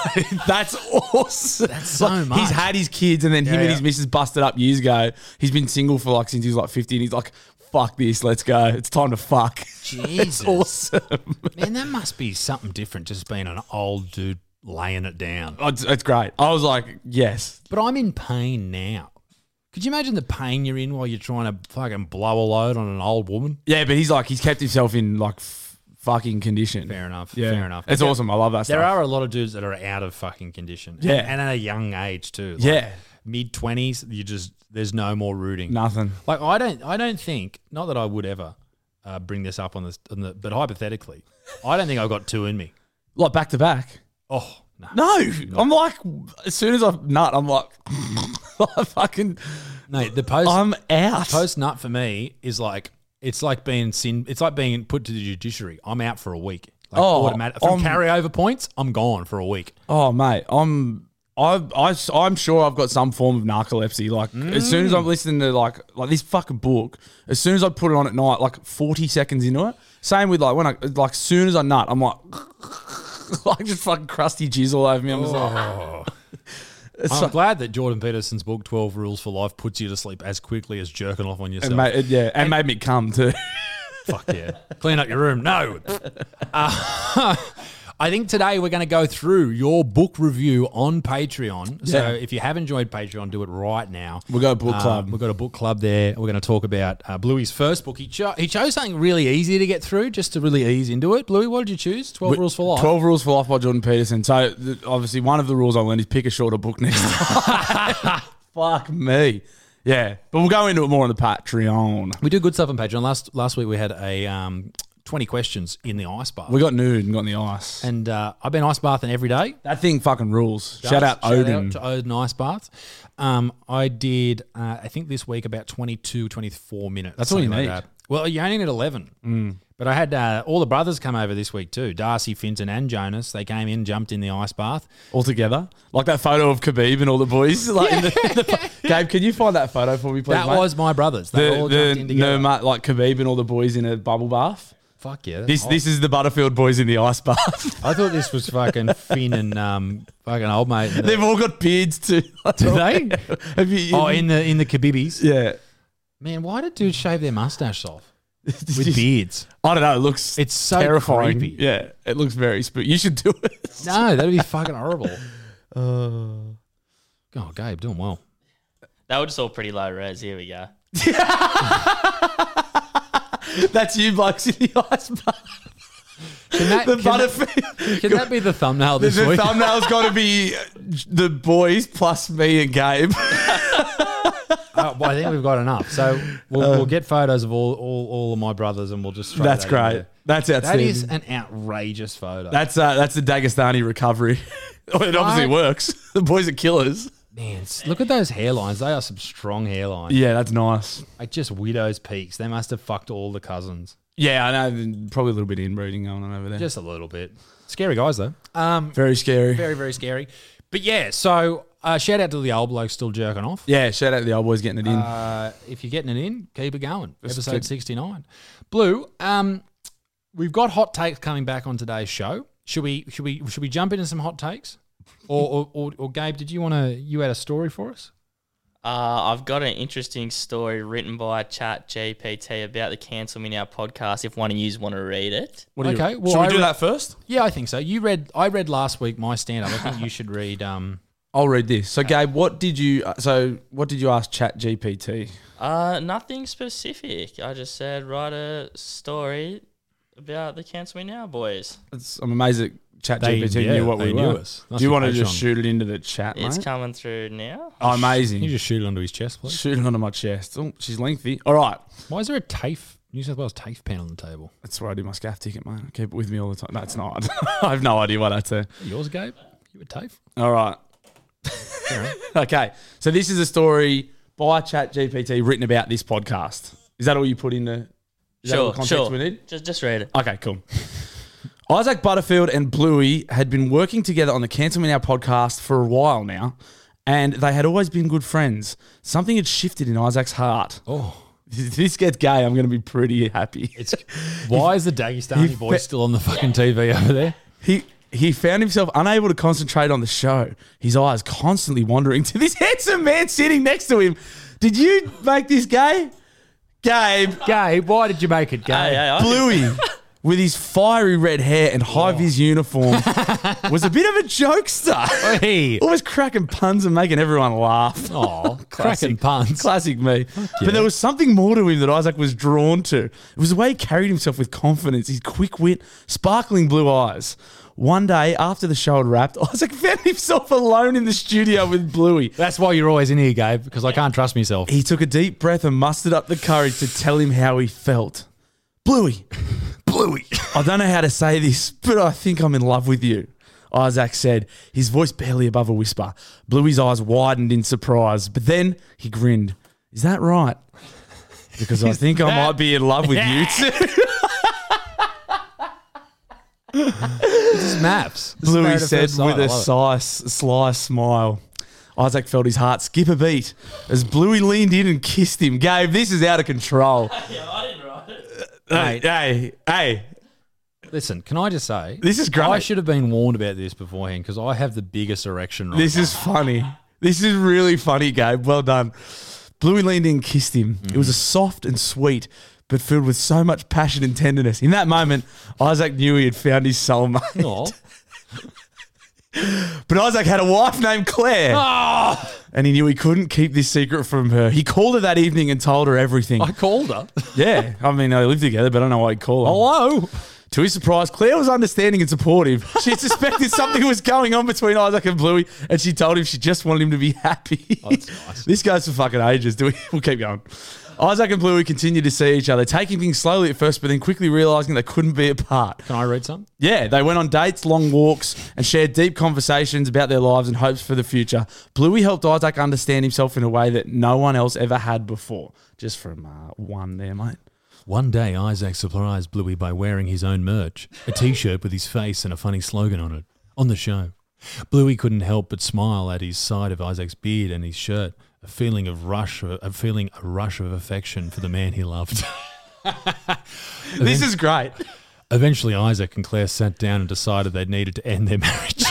that's awesome. That's
so much.
He's had his kids, and then him
Yeah,
and
yeah.
his missus busted up years ago. He's been single for like since he was like 50, and he's like, fuck this, let's go. It's time to fuck.
[LAUGHS] Jesus.
awesome.
Man, that must be something different just being an old dude laying it down.
Oh, It's, it's great. I was like, yes.
But I'm in pain now. Could you imagine the pain you're in while you're trying to fucking blow a load on an old woman?
Yeah, but he's like, he's kept himself in like f- fucking condition.
Fair enough.
Yeah.
Fair enough.
It's
There-
awesome. I love that
There
stuff.
are a lot of dudes that are out of fucking condition.
Yeah.
And at a young age too. Like
Yeah.
Mid twenties, you just there's no more rooting.
Nothing.
Like I don't, I don't think. Not that I would ever uh, bring this up on this, on the, but hypothetically, I don't think I've got two in me.
Like back to back.
Oh no,
No, I'm like, as soon as I nut, I'm like, [LAUGHS] I fucking,
mate. The post,
I'm out.
post nut for me is like it's like being sin. It's like being put to the judiciary. I'm out for a week. Like
Oh,
automatic from
I'm-
carryover points. I'm gone for a week.
oh mate, I'm, I, I, I'm sure I've got some form of narcolepsy. Like as soon as
Mm.
I'm listening to like, like this fucking book, as soon as I put it on at night, like 40 seconds into it. Same with like when I, like as soon as I nut, I'm like, [LAUGHS] like just fucking crusty jizz all over me. I'm just
Oh.
like,
[LAUGHS] I'm glad that Jordan Peterson's book Twelve Rules for Life puts you to sleep as quickly as jerking off on yourself.
and mate, it- yeah, and, made me come too.
Fuck yeah. Clean up your room. No. Uh, [LAUGHS] I think today we're going to go through your book review on Patreon. So
Yeah.
if you have enjoyed Patreon, do it right now.
We'll go book
Uh,
club.
we've got a book club there. We're going to talk about uh, Bluey's first book. He, cho- he chose something really easy to get through just to really ease into it. Bluey, what did you choose? 12 Rules for Life.
12 rules for life by Jordan Peterson. So, th- obviously, one of the rules I learned is pick a shorter book next time.
[LAUGHS]
Fuck me. Yeah. But we'll go into it more on the Patreon.
We do good stuff on Patreon. Last last week we had a um, 20 questions in the ice bath.
We got nude and got in the ice.
and
And
uh, I've been ice bathing every day.
that thing fucking rules. Shout out Odin.
to Odin Ice Baths. Um, I did, uh, I think this week, about 22, 24 minutes.
That's all you
something
need. Mm.
Well, you only need 11. But I had uh, all the brothers come over this week too Darcy, Finton, and Jonas. They came in, jumped in the ice bath.
altogether. Like that photo of Khabib and all the boys. [LAUGHS] Like in the, the, Gabe, can you find that photo for me, please?
that
mate?
was my brothers. They all
the,
jumped
the
in
no
together.
mate, like Khabib and all the boys in a bubble bath.
Fuck yeah.
This this is the Butterfield boys in the ice bath. [LAUGHS]
I thought this was fucking Finn and um, fucking old
[LAUGHS]
mate. in the- [LAUGHS]
They've all got beards too. [LAUGHS]
Do they?
Have you?
oh, in the in the kabibis.
[LAUGHS] yeah.
Man, why did dudes shave their mustaches off
[LAUGHS]
with
Just-
beards?
I don't know. It looks
It's so
terrifying.
creepy.
Yeah, it looks very spooky. You should do it. [LAUGHS]
[LAUGHS] No, that'd be fucking [LAUGHS] horrible. Oh, Gabe, doing [LAUGHS] well.
They were just all pretty low res. Here we go.
That's you blokes in the ice bath.
Can that,
The
can
Butterfield.
that, can that be the thumbnail
The,
this week?
thumbnail's got to be the boys plus me and Gabe.
[LAUGHS]
[LAUGHS]
Uh, well, I think we've got enough. So we'll, we'll get photos of all, all, all of my brothers and we'll just. throw
That's
that in
great.
there.
That's
That
outstanding.
is an outrageous photo.
That's uh, that's the Dagestani recovery. [LAUGHS] it obviously
Fuck.
works.
[LAUGHS]
The boys are killers.
Man, s- look at those hairlines. They are some strong hairlines.
Yeah, that's nice.
Like just widow's peaks. They must have fucked all the cousins.
Yeah, I know. Probably a little bit of inbreeding going on over there.
Just a little bit. Scary guys, though. Um,
very scary.
very, very scary. But yeah, so uh, shout out to the old bloke still jerking off.
yeah, shout out to the old boys getting it in.
Uh, if you're getting it in, keep it going. Episode
keep-
69. Blue, um, we've got hot takes coming back on today's show. Should we should we should we jump into some hot takes? Or or, or, or Gabe, did you want to you had a story for us?
Uh, I've got an interesting story written by Chat GPT about the Cancel Me Now podcast. If one of you want to read it,
What do you-
okay, well,
should we
I
do
re-
that first?
Yeah, I think so. You read I read last week my stand up. I think you should read um
I'll read this. So, Gabe, what did you? uh, So, what did you ask Chat GPT?
uh, nothing specific. I just said write a story about the Cancel Me Now boys.
It's, I'm amazed that Chat
They-
GPT
yeah,
knew what
they
we
knew
were.
us. Must
Do you
be
want to
patient.
just shoot it into the chat,
It's
mate?
coming through now.
Oh,
you
amazing.
just shoot it onto his chest, please.
Shoot it onto my chest. Oh, she's lengthy. All right.
Why is there a TAFE New South Wales TAFE pen on the table?
That's where I do my scaff ticket, mate. I keep it with me all the time. That's not. [LAUGHS] I have no idea what that's. A.
Yours, Gabe? You a TAFE?
All right. [LAUGHS] okay. So this is a story by ChatGPT written about this podcast. Is that all you put in the is that all
Sure,
the context
sure.
we need?
Just just read it.
Okay, cool. Isaac Butterfield and Bluey had been working together on the Cancel Me Now podcast for a while now, and they had always been good friends. Something had shifted in Isaac's heart.
Oh.
[LAUGHS] If this gets gay, I'm going to be pretty happy.
It's why is the
he
Dagestani
fe-
voice still on the fucking TV over there?
He he found himself unable to concentrate on the show. His eyes constantly wandering to this [LAUGHS] handsome man sitting next to him. Did you make this gay? Gabe
Gabe, why did you make it, Gabe?
Hey, hey, I-
[LAUGHS] Bluey with his fiery red hair and high vis uniform was a bit of
[LAUGHS]
a jokester.
Hey.
Always cracking puns and making everyone laugh.
Oh, [LAUGHS] cracking
Classic-
puns.
Classic me. But there was something more to him that Isaac was drawn to. It was the way he carried himself with confidence, his quick wit, sparkling blue eyes. One day after the show had wrapped, [LAUGHS] Isaac found himself alone in the studio with Bluey.
That's why you're always in here, Gabe, because I can't trust myself.
He took a deep breath and mustered up the courage to tell him how he felt. Bluey, Bluey, I don't know how to say this, but I think I'm in love with you. Isaac said, his voice barely above a whisper. Bluey's eyes widened in surprise, but then he grinned. Is that right? Because I think I might be in love with [LAUGHS] you too.
This is maps. This is
Bluey
married at
said
first sight.
with
I love
a
it.
sly, sly smile. Isaac felt his heart skip a beat as Bluey leaned in and kissed him. Gabe, this is out of control.
[LAUGHS] Yeah, I didn't write it.
Hey, hey, hey,
Listen, can I just say
This is great.
I should have been warned about this beforehand because I have the biggest erection. Right
This is funny. This is really funny, Gabe. Well done. Bluey leaned in and kissed him. It was a soft and sweet, but filled with so much passion and tenderness. In that moment, Isaac knew he had found his soulmate. [LAUGHS]
now.
But Isaac had a wife named Claire,
Oh,
and he knew he couldn't keep this secret from her. He called her that evening and told her
[LAUGHS]
everything.
I called [LAUGHS] her.
yeah, I mean, they lived together, but I don't know why he'd call her.
Oh, Hello.
To his surprise, Claire was understanding and supportive. She suspected something was going on between Isaac and Bluey, and she told him she just wanted him to be happy.
Oh, that's nice.
this goes for fucking ages. Do we? [LAUGHS] We'll keep going. Isaac and Bluey continued to see each other, taking things slowly at first, but then quickly realizing they couldn't be apart.
Can I read some?
Yeah, they went on dates, long walks, and shared deep conversations about their lives and hopes for the future. Bluey helped Isaac understand himself in a way that no one else ever had before. Just from uh, one there, mate.
One day, Isaac surprised Bluey by wearing his own merch a t shirt with his face and a funny slogan on it on the show. Bluey couldn't help but smile at his side of Isaac's beard and his shirt, a feeling of rush, a feeling a rush of affection for the man he loved.
This is great.
Eventually, Isaac and Claire sat down and decided they needed to end their [LAUGHS] marriage.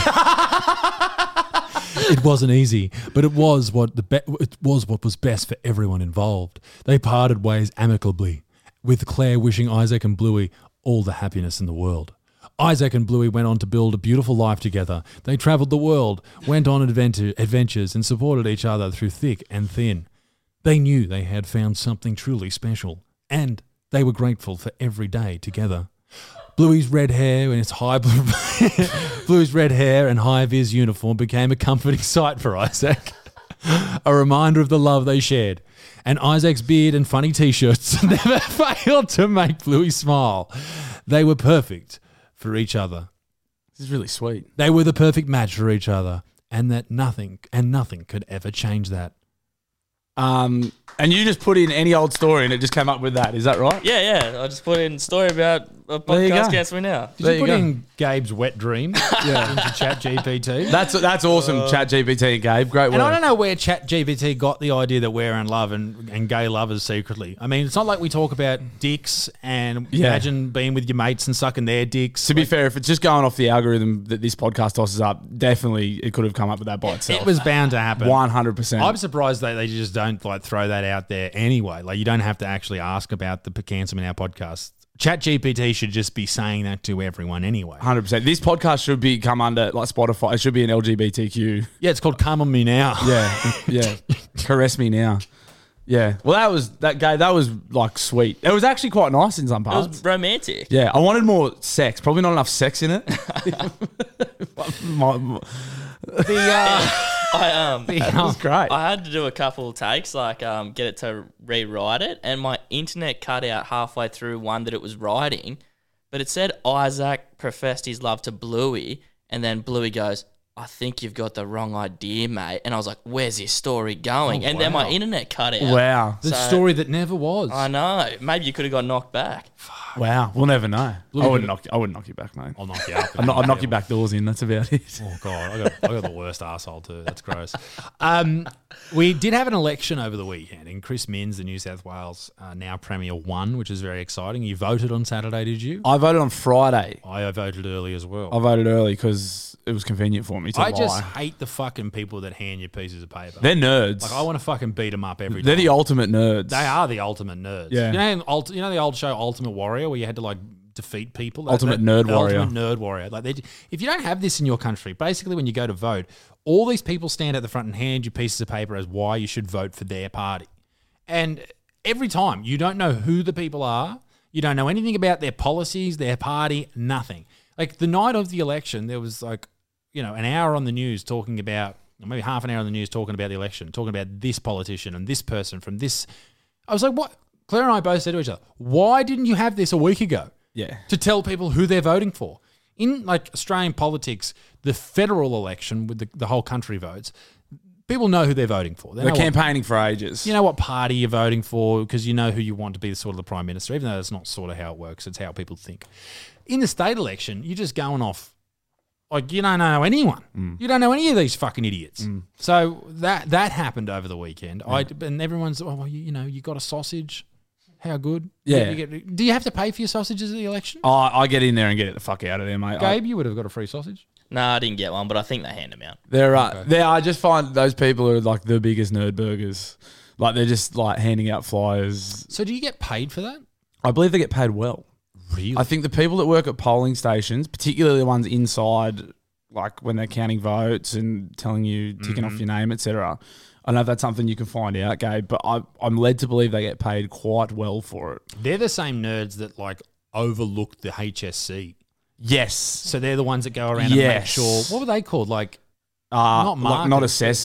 it wasn't easy, but it was what the be- it was what was best for everyone involved. They parted ways amicably, with Claire wishing Isaac and Bluey all the happiness in the world. Isaac and Bluey went on to build a beautiful life together. They traveled the world, went on adventure, adventures, and supported each other through thick and thin. They knew they had found something truly special, and they were grateful for every day together. Bluey's red hair and his high [LAUGHS] Bluey's red hair and high vis uniform became a comforting [LAUGHS] sight for Isaac, a reminder of the love they shared. And Isaac's beard and funny t-shirts [LAUGHS] never failed to make Bluey smile. They were perfect for each other.
This is really sweet.
They were the perfect match for each other, and that nothing and nothing could ever change that.
Um, and you just put in any old story, and it just came up with that. Is that right?
Yeah, yeah. I just put in a story about a
There you go.
podcast cancer now.
Did
There
you
you
put
go.
in Gabe's wet
[LAUGHS]
dream into Chat GPT?
That's that's awesome. Chat GPT and Gabe, great work.
Uh, And I don't know where ChatGPT got the idea that we're in love and, and gay lovers secretly. I mean, it's not like we talk about dicks and
Yeah.
imagine being with your mates and sucking their dicks.
To be fair, if it's just going off the algorithm that this podcast tosses up, definitely it could have come up with that by itself.
it was bound to happen.
one hundred
I'm
percent.
surprised that they just don't like throw that out there anyway. Like you don't have to actually ask about the cancer in our podcast. ChatGPT should just be saying that to everyone anyway.
Hundred percent. This podcast should be come under like Spotify. It should be an LGBTQ.
Yeah, it's called Come on Me Now.
Yeah, [LAUGHS] yeah. Caress me now. Yeah. Well, that was that guy. That was like sweet. It was actually quite nice in some
It
parts.
was romantic.
yeah, I wanted more sex. Probably not enough sex
[LAUGHS]
in it. My- my-
uh,
[LAUGHS]
I um
that was great.
I had to do a couple of takes, like um get it to rewrite it, and my internet cut out halfway through one that it was writing, but it said Isaac professed his love to Bluey, and then Bluey goes. I think you've got the wrong idea, mate. And I was like, "Where's this story going?" and then my internet cut out.
Oh, Wow.
The story that never was.
I know. Maybe you could have got knocked back.
Wow. We'll never know. I wouldn't knock. I wouldn't knock you back, mate.
[LAUGHS] I'll knock you out.
I'd, knock- I'd knock you back doors in. That's about it.
Oh god, I got, I got the worst asshole too. That's gross. Um, we did have an election over the weekend, and Chris Minns, the New South Wales uh, now Premier, won, which is very exciting. You voted on Saturday, did you?
I voted on Friday.
I voted early as well.
I voted early because it was convenient for me to
I
lie.
just hate the fucking people that hand you pieces of paper.
They're nerds.
like I want to fucking beat them up every
They're
time.
the ultimate nerds.
they are the ultimate nerds.
Yeah.
You know, in ult- you know the old show Ultimate Warrior where you had to like defeat people. That-
Ultimate
that-
Nerd
the
Warrior.
Ultimate nerd warrior. Like they, if you don't have this in your country, basically when you go to vote, all these people stand at the front and hand you pieces of paper as why you should vote for their party. And every time you don't know who the people are, you don't know anything about their policies, their party, nothing. Like the night of the election, there was like, you know, an hour on the news talking about, or maybe half an hour on the news talking about the election, talking about this politician and this person from this. I was like, what? Claire and I both said to each other, why didn't you have this a week ago?
Yeah.
to tell people who they're voting for. In like Australian politics, the federal election with the, the whole country votes, people know who they're voting for. They
They're
know what,
campaigning for ages.
you know what party you're voting for because you know who you want to be the sort of the prime minister, even though that's not sort of how it works. It's how people think. In the state election, you're just going off like you don't know anyone. You don't know any of these fucking idiots. So that that happened over the weekend. I and everyone's oh, well, you, you know, you got a sausage. How good?
Yeah.
You get- do you have to pay for your sausages at the election?
I, I get in there and get it the fuck out of there, mate. I,
Gabe, you would have got a free sausage.
No, I didn't get one, but I think they hand them out.
there are there. uh, I just find those people are like the biggest nerd burgers. Like they're just like handing out flyers.
So do you get paid for that?
I believe they get paid well.
Really?
I think the people that work at polling stations, particularly the ones inside, like when they're counting votes and telling you ticking off your name, etc. I don't know if that's something you can find out, Gabe, but I, I'm led to believe they get paid quite well for it.
They're the same nerds that like overlooked the HSC.
Yes,
So they're the ones that go around and make
Yes.
sure. What were they called? Like
uh,
Not
not like, not
markets,
assess.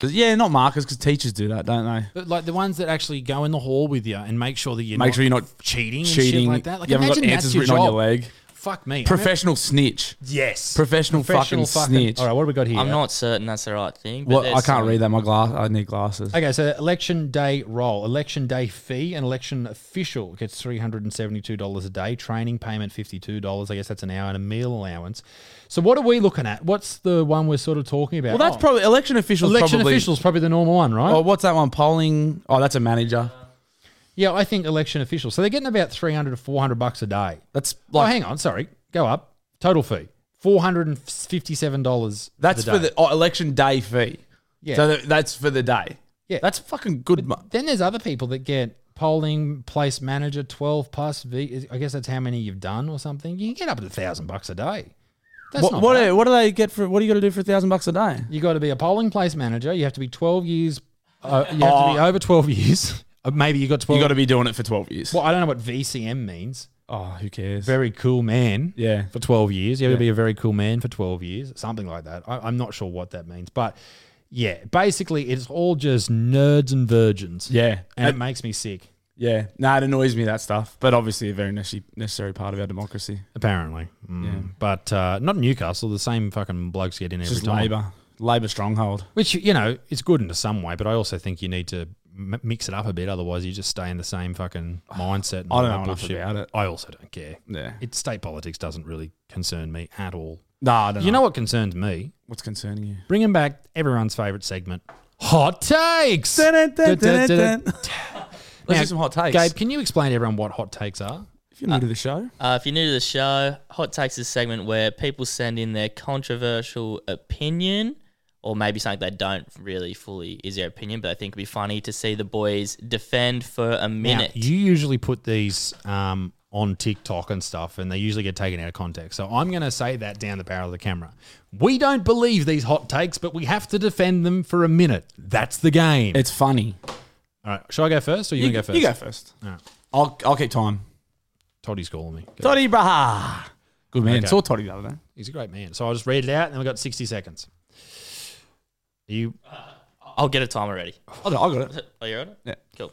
'Cause, yeah, not markers because teachers do that, don't they?
But like the ones that actually go in the hall with you and make sure that you
Make sure you're not
cheating, and shit
cheating.
like that. Like
you haven't got
imagine that's
answers written on your
job.
leg.
Fuck me.
Professional snitch.
I mean, yes.
professional fucking snitch.
All right, what have we got here?
I'm not certain that's the right thing. But
What?
there's
I can't
some-
read that. My glass. I need glasses.
Okay, so election day roll, election day fee, an election official gets three hundred and seventy-two dollars a day, training payment fifty-two dollars. I guess that's an hour and a meal allowance. So what are we looking at? What's the one we're sort of talking about?
Well, that's
Oh,
probably election officials.
election
probably,
officials, probably the normal one, right?
Oh, what's that one? Polling. Oh, that's a manager.
yeah, I think election officials. So they're getting about three hundred to four hundred bucks a day.
That's
oh,
like
hang on, sorry, go up total fee four hundred and fifty-seven dollars.
that's for the oh, election day fee.
Yeah.
So that, that's for the day.
Yeah.
That's fucking good. mo-
Then there's other people that get polling place manager 12 plus V. I guess that's how many you've done or something. You can get up to a thousand bucks a day. That's
What
not
what,
bad.
do- what do they get for? What do you got to do for a thousand bucks a day?
You got to be a polling place manager. You have to be 12 years. Uh, you have to be over 12 [LAUGHS] years. Uh, Maybe you got 12.
Oh. You got to be doing it for twelve years.
Well, I don't know what VCM means.
Oh, who cares?
Very cool man.
Yeah.
For 12 years. You have to be a very cool man for 12 years. Something like that. I, I'm not sure what that means. But yeah, basically, it's all just nerds and virgins.
yeah.
And
That-
it makes me sick,
yeah. Nah, it annoys me that stuff, but obviously a very necessary, necessary part of our democracy.
apparently. Mm. But uh, not Newcastle. The same fucking blokes get in every
It's just
time.
Labor, Labor stronghold.
Which, you know, it's good in some way, but I also think you need to m- mix it up a bit. Otherwise, you just stay in the same
[SIGHS]
fucking mindset. And
I don't
all that
know enough
bullshit.
about it.
I also don't care.
Yeah.
It, state politics doesn't really concern me at all.
Nah, I don't
You know what concerns me?
what's concerning you?
Bringing back everyone's favourite segment, hot takes. [LAUGHS]
Let's
Now,
do some hot takes.
Gabe, can you explain to everyone what hot takes are?
if you're new to the show,
Uh, if you're new to the show, Hot Takes is a segment where people send in their controversial opinion or maybe something they don't really fully is their opinion, but I think it'd be funny to see the boys defend for a
Now,
minute.
you usually put these um, on TikTok and stuff, and they usually get taken out of context. So I'm going to say that down the barrel of the camera. We don't believe these hot takes, but we have to defend them for a minute. That's the game.
it's funny.
All right, shall I go first, or you, gonna go first?
You go first.
Alright.
I'll I'll keep time.
Toddy's calling me. Go.
Toddy Braha. Good man.
Okay.
Saw Toddy the other day.
He's a great man. So I'll just read it out, and then we got 60 seconds. Are you
I'll get a time already.
I got I got it.
Are you on it?
Yeah.
Cool.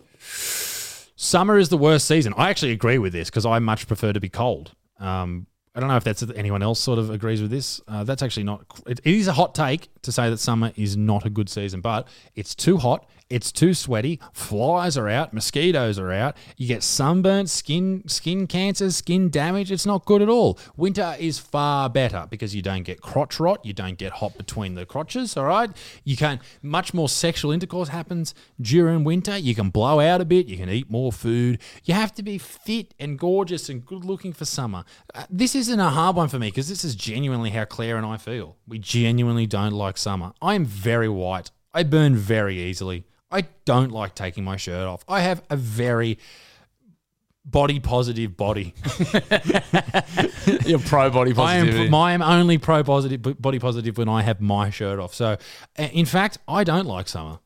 Summer is the worst season. I actually agree with this because I much prefer to be cold. Um, I don't know if that's anyone else sort of agrees with this. Uh, that's actually not. It, it is a hot take to say that summer is not a good season, but it's too hot. It's too sweaty. Flies are out. Mosquitoes are out. You get sunburnt, skin skin cancers, skin damage. It's not good at all. Winter is far better because you don't get crotch rot. You don't get hot between the crotches. All right. You can much more sexual intercourse happens during winter. You can blow out a bit. You can eat more food. You have to be fit and gorgeous and good looking for summer. Uh, this isn't a hard one for me because this is genuinely how Claire and I feel. We genuinely don't like summer. I am very white. I burn very easily. I don't like taking my shirt off. I have a very body positive body.
[LAUGHS] You're pro body
I
positivity.
am, I am only pro positive body positive when I have my shirt off. So, uh, in fact, I don't like summer.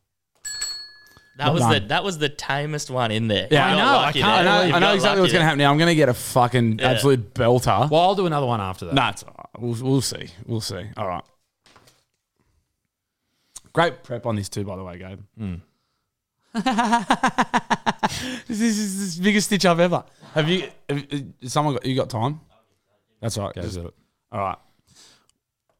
That
Well
was the
done.
that was the tamest one in there.
Yeah,
You
I
got
know,
lucky
I can't-
I
there.
know,
You
I know
got
exactly what's
lucky
going to
there.
happen now. I'm going to get a fucking absolute belter.
Well, I'll do another one after that.
Nah, it's all right. We'll, we'll see. We'll see. All right. Great prep on this too, by the way, Gabe. [LAUGHS] this is this is the biggest stitch I've ever. Have you? Have, uh, someone got you got time? That's all right.
Go
Just-
do it.
all right.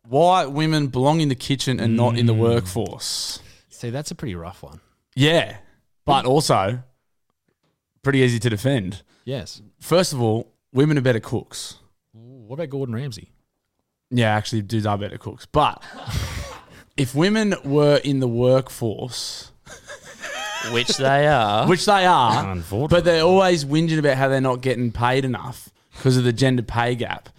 why women belong in the kitchen and not in the workforce.
See, that's a pretty rough one.
Yeah, but also pretty easy to defend.
Yes.
First of all, women are better cooks.
What about Gordon Ramsay?
Yeah, actually, dudes are better cooks. But [LAUGHS] if women were in the workforce,
which
[LAUGHS]
they are.
which they are,
Unfortunately.
but they're always whinging about how they're not getting paid enough because of the gender pay gap.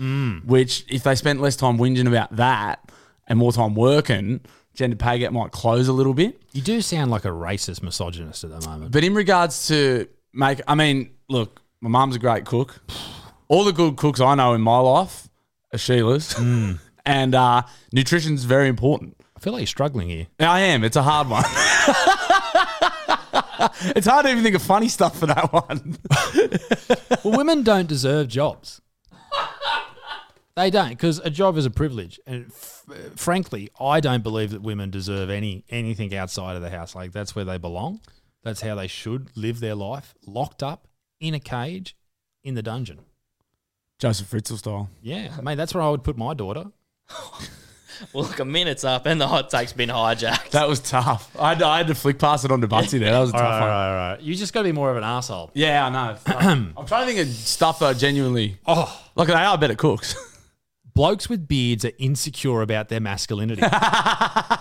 Which, if they spent less time whinging about that and more time working, gender pay gap might close a little bit.
You do sound like a racist misogynist at the moment.
But in regards to make, I mean, look, my mum's a great cook. All the good cooks I know in my life are Sheila's, [LAUGHS] and uh, nutrition's very important.
I feel like you're struggling here.
Now, I am. It's a hard one. [LAUGHS] it's hard to even think of funny stuff for that one.
Well, women don't deserve jobs. They don't, because a job is a privilege, and f- frankly, I don't believe that women deserve any anything outside of the house. Like that's where they belong. That's how they should live their life, locked up in a cage, in the dungeon.
Joseph Fritzl style.
Yeah, mate, that's where I would put my daughter.
Well, look, a minute's up and the hot take's been hijacked.
That was tough. I had, I had to flick pass it on to Butsy there. That was a tough one.
all right. You just got to be more of an asshole.
Yeah, I know. It's [CLEARS THROAT] tough. I'm trying to think of stuff that I genuinely.
Oh,
Look, they are better [LAUGHS] cooks.
blokes with beards are insecure about their [LAUGHS] masculinity.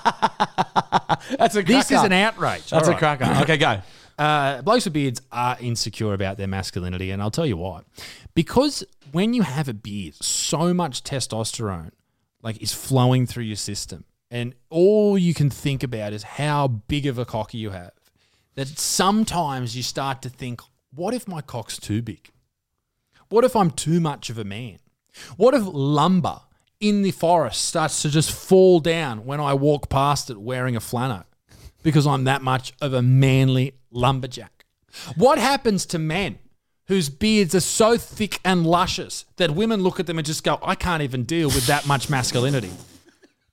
That's a cracker.
this is an outrage.
That's
All
a
right.
cracker. Okay, go.
Uh, blokes with beards are insecure about their masculinity, and I'll tell you why. Because when you have a beard, so much testosterone like is flowing through your system, and all you can think about is how big of a cock you have. That sometimes you start to think, what if my cock's too big? What if I'm too much of a man? What if lumber in the forest starts to just fall down when I walk past it wearing a flannel? because I'm that much of a manly lumberjack. What happens to men whose beards are so thick and luscious that women look at them and just go, I can't even deal with that much masculinity?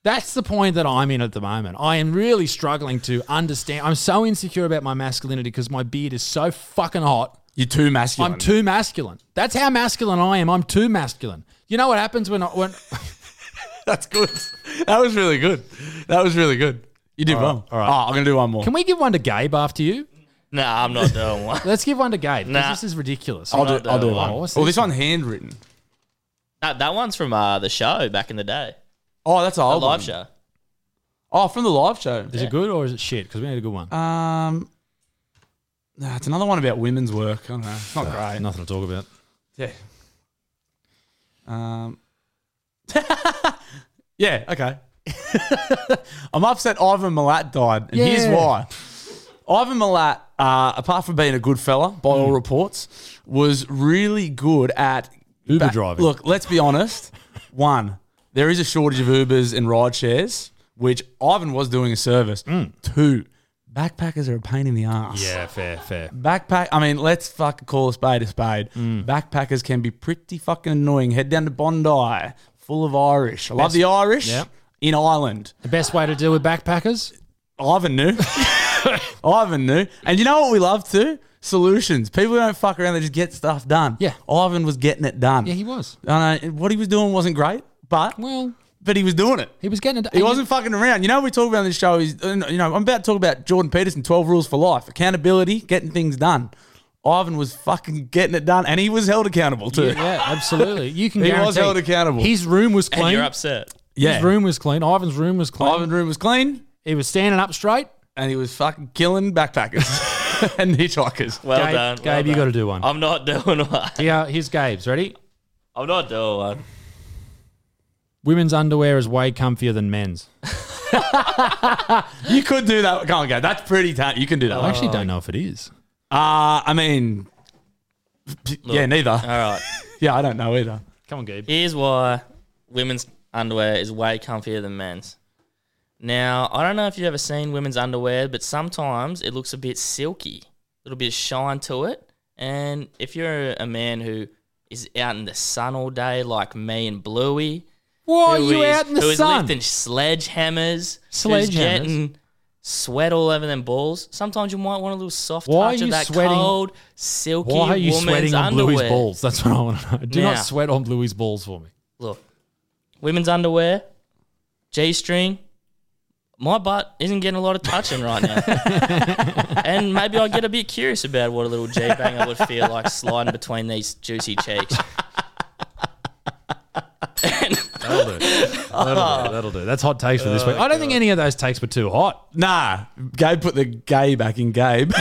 That's the point that I'm in at the moment. I am really struggling to understand. I'm so insecure about my masculinity because my beard is so fucking hot.
You're too masculine.
I'm too masculine. That's how masculine I am. I'm too masculine. You know what happens when I, when
That's good. [LAUGHS] That was really good. That was really good. You did well. All right. Oh, I'm gonna do one more.
Can we give one to Gabe after you?
No, I'm not doing one. [LAUGHS]
Let's give one to Gabe. 'cause
Nah.
This is ridiculous.
I'll do. I'll do
Oh,
one.
what's
Well,
this
this one handwritten.
That, that one's from uh, the show back in the day,
Oh, that's an
the
old one.
live show.
Oh, from the live show.
Is it good or is it shit? Because we need a good one.
Uh,
Um, nah, it's another one about women's work. I don't know. It's not great.
Nothing to talk about.
Yeah. Um. [LAUGHS] yeah. Okay. [LAUGHS] I'm upset Ivan Milat died, and here's
Yeah.
why. Ivan Milat, uh, apart from being a good fella by all
Mm.
reports, was really good at
Uber
ba-
driving.
Look, let's be honest. One, there is a shortage of Ubers and ride shares, which Ivan was doing a service. Two, backpackers are a pain in the ass.
Mm. Yeah, fair, fair.
Backpack. I mean, let's fucking call a spade a spade.
Mm.
Backpackers can be pretty fucking annoying. Head down to Bondi, full of Irish. I love the Irish
Yep.
in Ireland.
The best way to deal with backpackers?
Ivan knew. [LAUGHS] Ivan knew. And you know what we love too? Solutions. People don't fuck around. They just get stuff done.
Yeah.
Ivan was getting it done.
Yeah, he was.
I know what he was doing wasn't great, but
Well,
but he was doing it.
he was getting it.
He wasn't fucking around. You know, we talk about on this show. Is uh, you know, I'm about to talk about Jordan Peterson, 12 rules for life, accountability, getting things done. Ivan was fucking getting it done, and he was held accountable too.
Yeah, yeah, absolutely. You can
[LAUGHS] He was
guarantee.
held accountable.
His room was clean.
And you're upset.
Yeah.
His room was clean. Ivan's room was clean.
Ivan's room was clean,
He was standing up straight.
and he was fucking killing backpackers [LAUGHS] and hitchhikers.
Well
Gabe-
done. well
Gabe, you
done.
gotta do one.
I'm not [LAUGHS] doing one.
Yeah, here's Gabe's. Ready?
I'm not doing one.
Women's underwear is way comfier than men's.
You could do that. Come on, go. That's pretty tough. You can do that.
Oh.
I actually don't know if it is.
Uh, I mean, yeah, neither.
Uh,
All right.
yeah, I don't know either.
Come on, Gabe.
Here's why women's underwear is way comfier than men's. Now, I don't know if you've ever seen women's underwear, but sometimes it looks a bit silky, a little bit of shine to it. And if you're a man who is out in the sun all day, like me and Bluey,
Why are
who
you
is-
out in the
who is
sun?
lifting sledgehammers,
Sledgehammers?
who's getting sweat all over them balls. Sometimes you might want a little soft
Why are
touch
you
of that
sweating-
cold, silky
Why are you
woman's
sweating on
underwear.
Bluey's balls? That's what I want to know. Do
Now.
not sweat on Bluey's balls for me.
Look, women's underwear G string. My butt isn't getting a lot of touching right
[LAUGHS]
now. and maybe I get a bit curious about what a little G banger would feel like sliding between these juicy cheeks.
That'll do. That'll do.
Oh.
That'll do. That's hot takes for this week. I don't think any of those takes were too hot.
Nah, Gabe put the gay back in Gabe.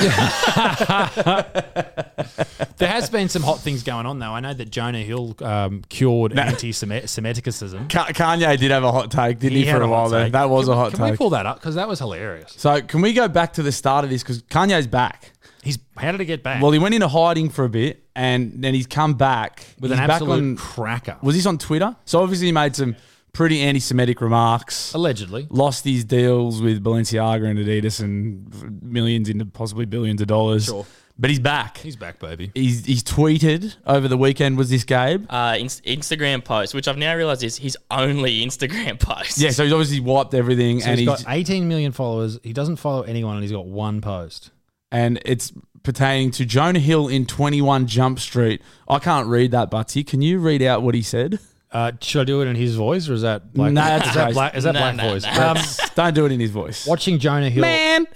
There has been some hot things going on, though. I know that Jonah Hill um, cured anti-Semiticism.
[LAUGHS] Ka- Kanye did have a hot take, didn't [LAUGHS] he,
had
for a,
hot
while there?
take.
That was
Can-
a hot
Can we
take.
pull that up? Because that was hilarious.
so can we go back to the start of this? Because Kanye's back.
He's how did he get back?
Well, he went into hiding for a bit, and then he's come back
with
He's
an
back
absolute
on-
cracker.
Was this on Twitter? So obviously he made some pretty anti-Semitic remarks.
allegedly.
Lost his deals with Balenciaga and Adidas and millions into possibly billions of dollars.
Sure.
But he's back.
He's back, baby.
He's, he's tweeted over the weekend, was this Gabe?
Uh, in- Instagram post, which I've now realized is his only Instagram post.
Yeah, so he's obviously wiped everything
So
and
he's
he's,
got 18 million followers. He doesn't follow anyone, and he's got one post.
and it's pertaining to Jonah Hill in 21 Jump Street. I can't read that, Butsy. Can you read out what he said?
Uh, should I do it in his voice, or is that black?
No, that's
is that
crazy.
black? Is that
No,
black
no,
voice?
no.
Um,
Don't do it in his voice.
watching Jonah Hill.
man?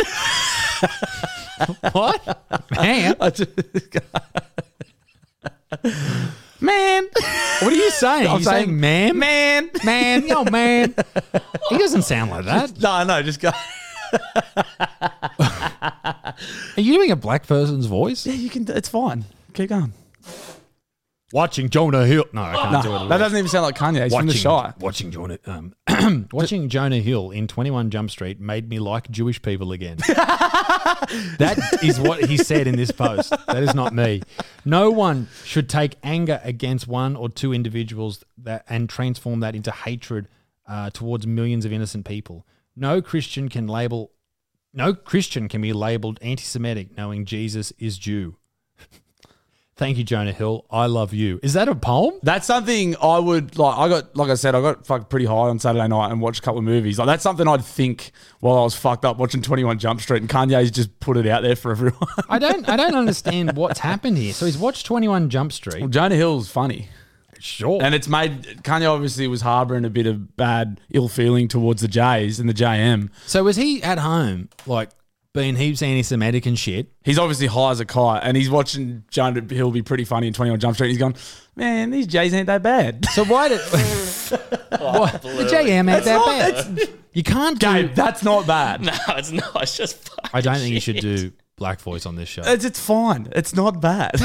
What? Man. [LAUGHS]
I just- man.
What are you saying?
I'm
you
saying,
saying, man,
Man.
man, yo, man. He doesn't sound like that.
No, no, just go.
Are you doing a black person's voice?
Yeah, you can. It's fine. Keep going.
Watching Jonah Hill. No, I can't
No,
do it. at
that
all.
doesn't even sound like Kanye. He's from the Shire.
watching Jonah, um, [CLEARS THROAT] watching Jonah Hill in Twenty One Jump Street made me like Jewish people [LAUGHS] again. that is what he said in this post. That is not me. No one should take anger against one or two individuals that and transform that into hatred uh, towards millions of innocent people. No Christian can label. No Christian can be labeled anti-Semitic, knowing Jesus is Jew. [LAUGHS] Thank you, Jonah Hill. I love you. Is that a poem?
That's something I would like. I got, like I said, I got fucked pretty high on Saturday night and watched a couple of movies. Like that's something I'd think while I was fucked up watching Twenty One Jump Street, and Kanye's just put it out there for [LAUGHS] everyone.
I don't I don't understand what's happened here. So he's watched 21 Jump
well,
Street.
Jonah Hill's funny,
Sure.
and it's made Kanye obviously was harboring a bit of bad ill feeling towards the Jays and the JM.
so was he at home like being heaps anti-Semitic and shit?
He's obviously high as a kite, and he's watching Jonah Hill be pretty funny in Twenty One Jump Street. He's going, man, these Jays ain't that bad. [LAUGHS]
So why did [LAUGHS]
Oh,
Why- the JM ain't that bad? You can't do.
Gabe, that's not bad.
[LAUGHS] No, it's not. It's just fucking
I don't think you should do black voice on this show.
It's, it's fine. It's not bad.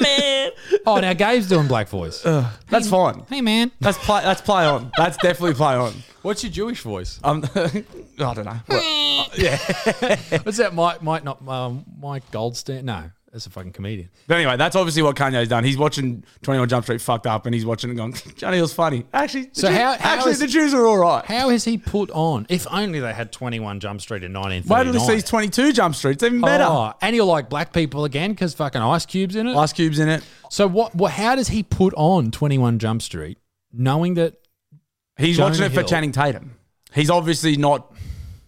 Man.
Oh, now Gabe's doing black voice.
[LAUGHS] Uh. that's fine.
hey man,
That's play. That's play on. That's definitely play on.
what's your Jewish voice?
Um, [LAUGHS] I don't know. What-
[LAUGHS] What's that? Mike, Mike, not um, Mike Goldstein? No, that's a fucking comedian.
But anyway, that's obviously what Kanye's done. He's watching Twenty One Jump Street fucked up, and he's watching and going, [LAUGHS] Johnny Hill's funny. Actually, the
So
Jew-
how- how
actually
is-
the Jews are all right.
How is he put on? If only they had 21 Jump Street in 1939.
Wait till he sees Twenty Two Jump Street. It's even better.
Oh, and you're like black people again because fucking ice cubes in it.
Ice cubes in it.
So what? What? How does he put on Twenty One Jump Street, knowing that?
He's
Jonah
watching it for
Hill.
Channing Tatum. He's obviously not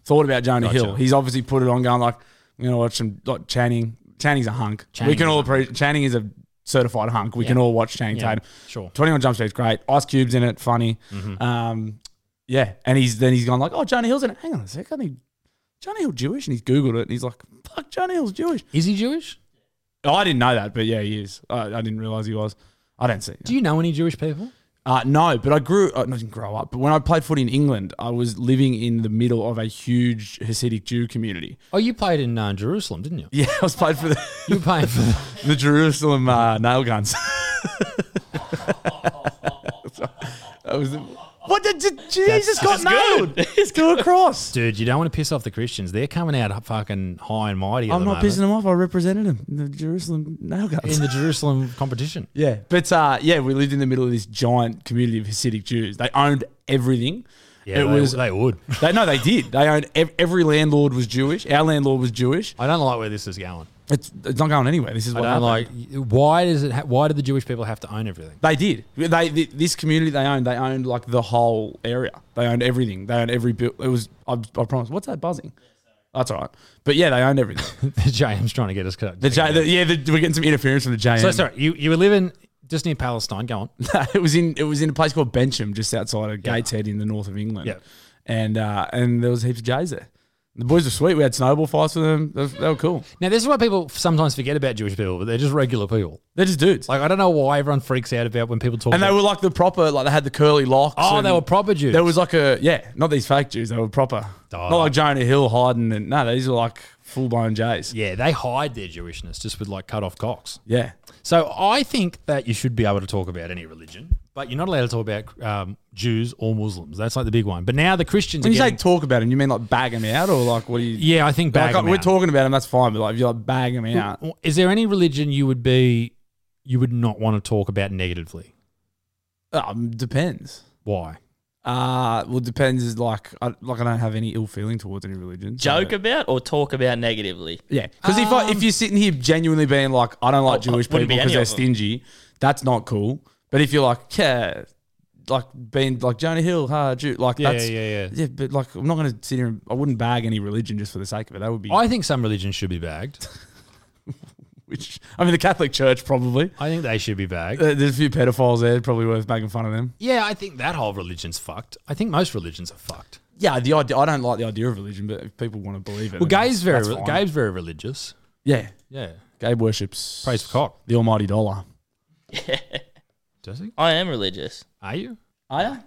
thought about Jonah
Gotcha.
Hill. He's obviously put it on, going like, I'm gonna watch some like Channing. Channing's a hunk. we
Channing's
can
a
all appre- Channing is a certified hunk. We can all watch Channing
Yeah,
Tatum.
sure. Mm-hmm.
21 Jump Street's great. Ice Cube's in it, funny. Um, yeah, and he's then he's gone like, oh, Jonah Hill's in it. Hang on a sec, I think Jonah Hill Jewish, and he's googled it, and he's like, fuck, Jonah Hill's Jewish.
Is he Jewish?
I didn't know that, but yeah, he is. I, I didn't realize he was. I don't see.
Do you know any Jewish people?
Uh, no, but I grew, uh, not didn't grow up, but when I played footy in England, I was living in the middle of a huge Hasidic Jew community. [LAUGHS]
Oh, you played in uh, Jerusalem, didn't you?
Yeah, I was played for the,
[LAUGHS]
[LAUGHS]
You were playing for. The,
the Jerusalem uh, nail guns. [LAUGHS] that was, what did, did Jesus got
[LAUGHS]
nailed to a
[LAUGHS]
cross?
dude, you don't want to piss off the Christians. They're coming out fucking high and mighty. At
I'm
the
not pissing
moment
him off. I represented him in the Jerusalem nail guns.
in
[LAUGHS]
the Jerusalem competition.
Yeah, but uh, yeah, we lived in the middle of this giant community of Hasidic Jews. They owned everything.
[LAUGHS] Yeah,
it
they,
was
they would.
They, no, they did. They owned ev- every landlord was Jewish. Our landlord was Jewish.
I don't like where this is going.
It's, it's not going anywhere. This is
I
what
don't
happened.
uh, like. Why does it? Ha- why do the Jewish people have to own everything? [LAUGHS]
They did. They th- this community they owned. They owned like the whole area. They owned everything. They owned every bill. It was. I, I promise. What's that buzzing? That's all right. But yeah, they owned everything.
[LAUGHS] the JM's trying to get us cut.
The J. The, yeah, the, we're getting some interference from the JM.
So sorry, you, you were living just near Palestine. Go on.
[LAUGHS] it was in it was in a place called Bencham, just outside of Gateshead in the north of England.
Yeah.
And uh, and there was heaps of Jays there. The boys were sweet. We had snowball fights with them. They were, they were cool.
Now, this is what people sometimes forget about Jewish people, but they're just regular people.
They're just dudes.
Like, I don't know why everyone freaks out about when people talk
and they
about
were like the proper, like they had the curly locks.
Oh,
and
they were proper Jews.
There was like a yeah, not these fake Jews. They were proper.
Oh.
Not like Jonah Hill hiding and no, these are like full blown Jays.
Yeah, they hide their Jewishness just with like cut off cocks.
Yeah.
So I think that you should be able to talk about any religion, but you're not allowed to talk about um, Jews or Muslims. That's like the big one. But now the Christians are
When you
getting,
say talk about them, you mean like bag them out or like what do you?
yeah, I think
Like,
bag
like,
them
we're
out.
talking about them. That's fine. But like if you like bag them out,
Is there any religion you would be you would not want to talk about negatively?
um, depends.
Why?
Uh well, depends. Is like, I, like I don't have any ill feeling towards any religion. so-
Joke about or talk about negatively.
yeah. Because if
Um,
I, if you're sitting here genuinely being like, I don't like
Oh,
Jewish
oh, wouldn't
people
be
because
any
they're
of them.
stingy, that's not cool. But if you're like, yeah, like being like Jonah Hill, ha, Jew, like
Yeah,
that's
yeah, yeah.
yeah. But like, I'm not gonna sit here. And, I wouldn't bag any religion just for the sake of it. That would be
I think some religions should be bagged.
which I mean, the Catholic Church probably.
I think they should be bagged.
Uh, There's a few pedophiles there. Probably worth making fun of them.
Yeah, I think that whole religion's fucked. I think most religions are fucked.
Yeah, the idea. I don't like the idea of religion, but if people want to believe it,
Well,
then
Gabe's very
that's fine.
Gabe's very religious.
Yeah,
Yeah,
Gabe worships
praise for cock.
the almighty dollar.
Does he?
I am religious.
Are you?
I don't.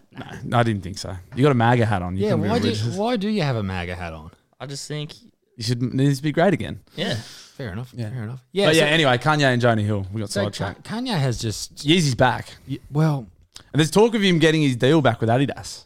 No, I didn't think so. You got a MAGA hat on. You
Yeah,
can be
why do you,
religious.
why do you have a MAGA hat on?
I just think,
You should it needs to be great again.
yeah. [LAUGHS]
Fair enough.
Yeah.
Fair enough.
Yeah.
Yeah.
But
so,
yeah. Anyway, Kanye and Jonah Hill. We got
so
sidetracked.
Ka- Kanye has just
Yeezy's back,
y- well,
and there's talk of him getting his deal back with Adidas.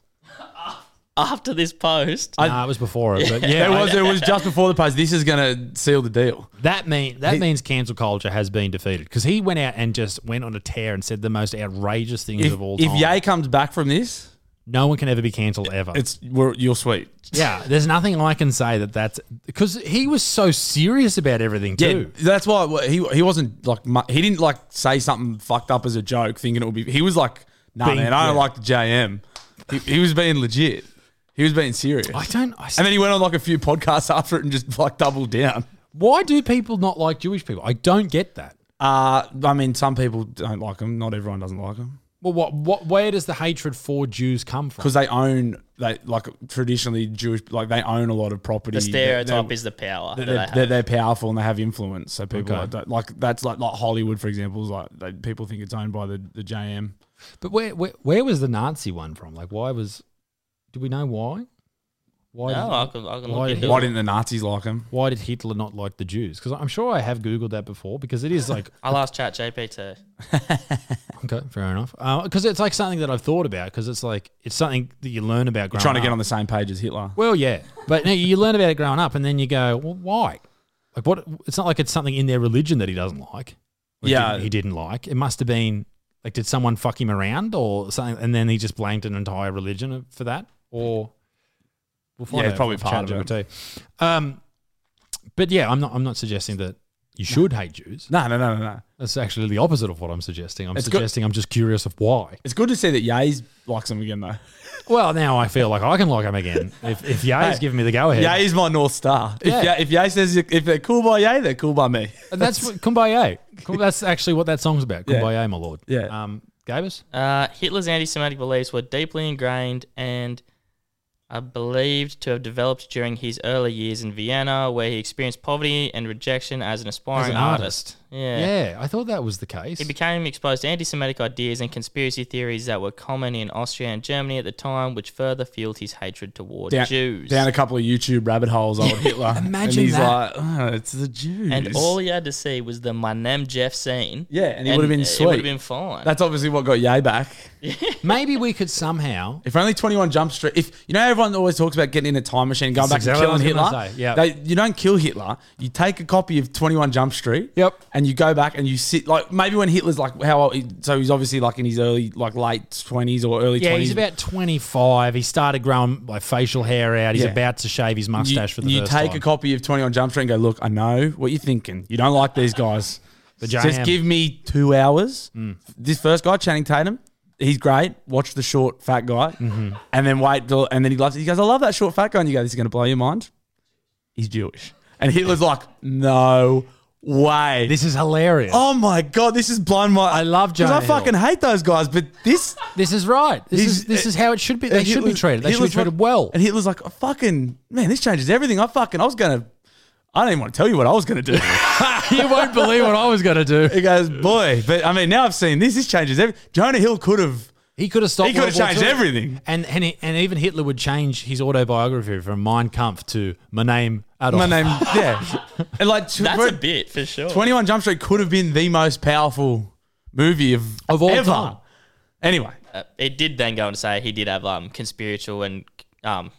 After this post,
I, nah, it was
[LAUGHS]
before it, but yeah,
It
I-
was. It was just before the post. This is gonna seal the deal.
that mean that means cancel culture has been defeated because he went out and just went on a tear and said the most outrageous things
If,
of all
if
time.
Ye comes back from this,
no one can ever be cancelled ever.
it's we're, you're sweet.
yeah, there's nothing I can say that that's because he was so serious about everything too.
Yeah, that's why well, he he wasn't like mu- he didn't like say something fucked up as a joke, thinking it would be. He was like, "Nah,
Being-
man, I don't
yeah.
like the JM." He, he was being legit. He was being serious.
I don't. I,
And then he went on like a few podcasts [LAUGHS] after it and just like doubled down.
why do people not like Jewish people? I don't get that.
Uh, I mean, some people don't like him. Not everyone doesn't like him
Well, what, what, where does the hatred for Jews come from?
because they own they like traditionally Jewish like they own a lot of property.
the stereotype
They-
is the power.
they're,
that they
they're,
have.
they're, powerful and they have influence. So people
Okay.
like, that- like that's like like Hollywood for example is like they, people think it's owned by the, the JM.
But where, where where was the Nazi one from? Like, why was? Do we know why? Why?
no,
did,
I can, I can
Why
look
did-
into
Why
it.
didn't the Nazis like him?
why did Hitler not like the Jews? Because I'm sure I have googled that before. Because it is like [LAUGHS]
I'll ask Chat GPT.
okay, fair enough. Because it's like something that I've thought about. Because it's like it's something that you learn about. Growing
You're trying to get
up.
on the same page as Hitler.
Well, yeah, but no, you learn about it growing up, and then you go, well, why? Like, what? It's not like it's something in their religion that he doesn't like. or
Yeah.
didn't- he didn't like. It must have been like, did someone fuck him around or something? And then he just blamed an entire religion for that, or we'll
Yeah, it's probably
from
part of
ChatGPT. Um, but yeah, I'm not. I'm not suggesting that you should hate Jews.
No, no, no, no, no.
That's actually the opposite of what I'm suggesting. I'm
It's good-
suggesting I'm just curious of why.
It's good to see that Ye's likes him again though.
Well, now I feel like I can like him again if if Ye's
Hey,
giving me the go ahead.
Yeah, Ye's my north star. If
Yeah.
yeah. if Ye says if they're cool by Ye, they're cool by me.
And that's what, Kumbaya.
[LAUGHS]
Kum- That's actually what that song's about.
Yeah.
Kumbaya, my lord.
Yeah.
Um, Gabus?
Uh, Hitler's anti-Semitic beliefs were deeply ingrained and are believed to have developed during his early years in Vienna, where he experienced poverty and rejection as an aspiring
artist.
artist. Yeah.
Yeah, I thought that was the case.
He became exposed to anti-Semitic ideas and conspiracy theories that were common in Austria and Germany at the time, which further fueled his hatred toward
Down,
Jews.
down a couple of YouTube rabbit holes, old
[LAUGHS]
Hitler. and
Imagine
he's
that.
like, oh, it's the Jews.
and all he had to see was the My Name Jeff scene.
Yeah, and he would've been
It would
sweet.
have been fine.
that's obviously what got Ye back.
Maybe we could
[LAUGHS]
somehow.
If only Twenty One Jump Street. If you know, everyone always talks about getting in a time machine, and going
That's
back
exactly what
and
I was
killing
gonna
Hitler.
say, yeah.
They- you don't kill Hitler. You take a copy of Twenty One Jump Street.
Yep.
And you go back and you sit like maybe when Hitler's like how old? he- So he's obviously like in his early like late twenties or early.
Yeah,
20s.
he's about 25. He started growing like facial hair out. He's
Yeah.
about to shave his
You,
mustache for the
you
first
take
time.
a copy of Twenty One Jump Street and go look. I know what you're thinking. You don't like these guys.
The Mm.
Just
JM.
give me two hours. This first guy, Channing Tatum, he's great. Watch the short fat guy,
Mm-hmm.
and then wait till, and then he loves. He goes, "I love that short fat guy." And you go, "This is going to blow your mind." He's Jewish, and Hitler's like, "No way.
This is hilarious.
oh my god, this is blown my.
I love Jonah
Because I fucking hate those guys, but this.
This is right. This
He's-
is this is how it should be. They
And
should be
Hitler's-
treated. They should be
Hitler's
treated
like-
well.
And Hitler's like, oh, fucking man, this changes everything. I fucking, I was gonna, I didn't even want to tell you what I was
[LAUGHS]
gonna do.
you won't believe what I was going to do.
he goes, boy, but I mean, now I've seen this. This changes everything. Jonah Hill could have.
[LAUGHS] He could have stopped.
He could have
World War
changed
II.
everything.
And and he- and even Hitler would change his autobiography from Mein Kampf to My Name Adolf.
My name,
[LAUGHS]
yeah, and like tw-
That's a bit for sure.
Twenty One Jump Street could have been the most powerful movie of
Of all
ever.
time.
Anyway,
Uh, it did then go on to say he did have um conspiratorial and um Jews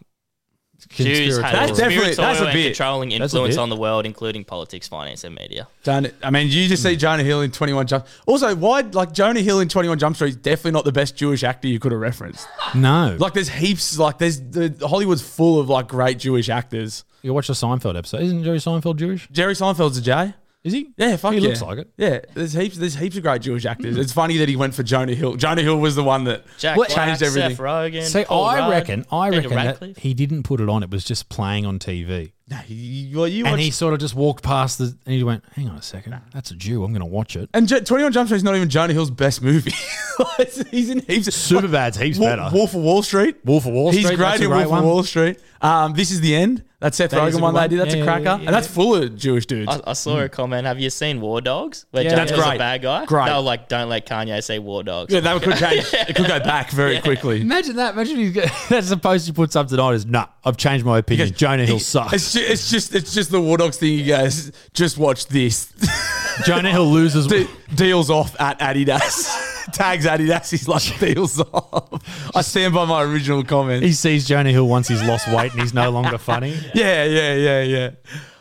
Conspiratorial.
had
That's definitely-
conspiratorial
that's a
and
bit.
controlling
That's a
influence
bit.
on the world, including politics, finance, and media.
Jonah, I mean, you just see Jonah Hill in Twenty One Jump. Also, why like Jonah Hill in Twenty One Jump Street is definitely not the best Jewish actor you could have referenced.
No,
Like there's heaps. Like there's the Hollywood's full of like great Jewish actors.
you watch the Seinfeld episode. Isn't Jerry Seinfeld Jewish?
Jerry Seinfeld's a J.
Is he?
Yeah, fuck
He
yeah.
looks like it.
Yeah, there's heaps. There's heaps of great Jewish actors. It's funny that he went for Jonah Hill. Jonah Hill was the one that
Jack
changed
Black,
everything.
Seth Rogen.
See,
Paul
I
Rudd,
reckon, I
Daniel
reckon that
Radcliffe.
he didn't put it on. It was just playing on TV,
Nah, he- well, you
and
watched-
he sort of just walked past the and he went, "Hang on a second, that's a Jew. I'm going to watch it."
and J- Twenty One Jump Street is not even Jonah Hill's best movie. [LAUGHS] Like, he's in heaps. [LAUGHS] Super
Superbad's heaps better.
Wolf of Wall Street.
Wolf of Wall
He's
Street,
great
that's a
in
great
Wolf
one.
of Wall Street. Um, this is the end. That's Seth
That is a
Rogan
good
one
one.
they did. That's
Yeah, yeah,
a cracker,
yeah, yeah.
and that's full of Jewish dudes.
I, I saw a comment. Have you seen War Dogs? Where
Yeah,
Jonah
that's
Hill's
Hmm. great.
a bad guy.
Great.
They were like, don't let Kanye say War Dogs.
yeah, that
[LAUGHS]
could change. It could go back very quickly.
Imagine that. Imagine he's got, [LAUGHS] that's the post he puts up tonight. Is nah, I've changed my opinion. Jonah Hill
It's
sucks.
just, it's just it's just the War Dogs thing, you guys. Just watch this.
[LAUGHS] Jonah Hill loses.
De- deals off at Adidas. [LAUGHS] Tags Adidas.
[LAUGHS]
He's like deals off. I stand by my original
[LAUGHS]
comment.
He sees Jonah Hill once he's lost weight and he's no longer funny.
[LAUGHS] yeah, yeah, yeah, yeah.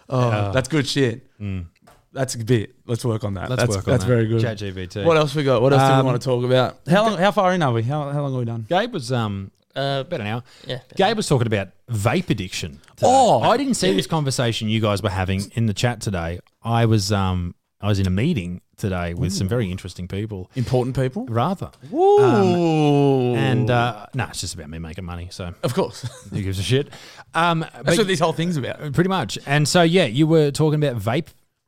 Oh, that's good shit. That's a bit. Let's work on that.
Mm. Let's
that's
work on
that's
that.
very good.
ChatGPT.
What else we got? What else do
Um,
we want to talk about? How long? How far in are we? How, how long are we done?
Gabe was um
Uh,
about an hour.
Yeah.
Gabe was talking about vape addiction. today.
Oh.
I didn't see this conversation you guys were having in the chat today. I was um I was in a meeting today with some very interesting people.
Important people.
Rather,
Ooh.
Um, and uh, no, it's just about me making money. So
of course, [LAUGHS]
who gives a shit? Um,
that's
but-
what this whole thing's about.
pretty much. And so yeah, you were talking about vape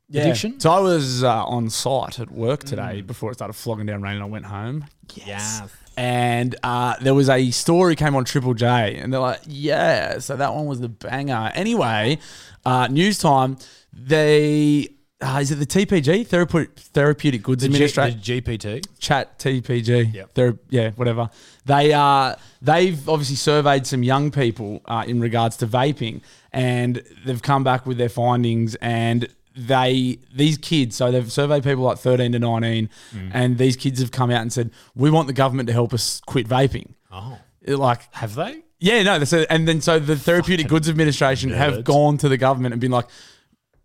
Yeah.
addiction. Mm.
So I was uh, on site at work today before it started flogging down rain, and I went home.
Yeah.
And uh, there was a story came on Triple J, and they're like, "Yeah, so that one was the banger." Anyway, uh, news time. They uh, is it the TPG Therapeutic Therapeutic Goods
The, G-
Administration?
the GPT.
Chat TPG.
Yep.
They're, yeah, whatever. They uh, they've obviously surveyed some young people uh, in regards to vaping, and they've come back with their findings. And they these kids, so they've surveyed people like thirteen to nineteen, and these kids have come out and said, "We want the government to help us quit vaping."
Oh,
It, like
have they?
yeah, no. So, and then so
[LAUGHS]
the Therapeutic Goods Administration
nerds.
have gone to the government and been like,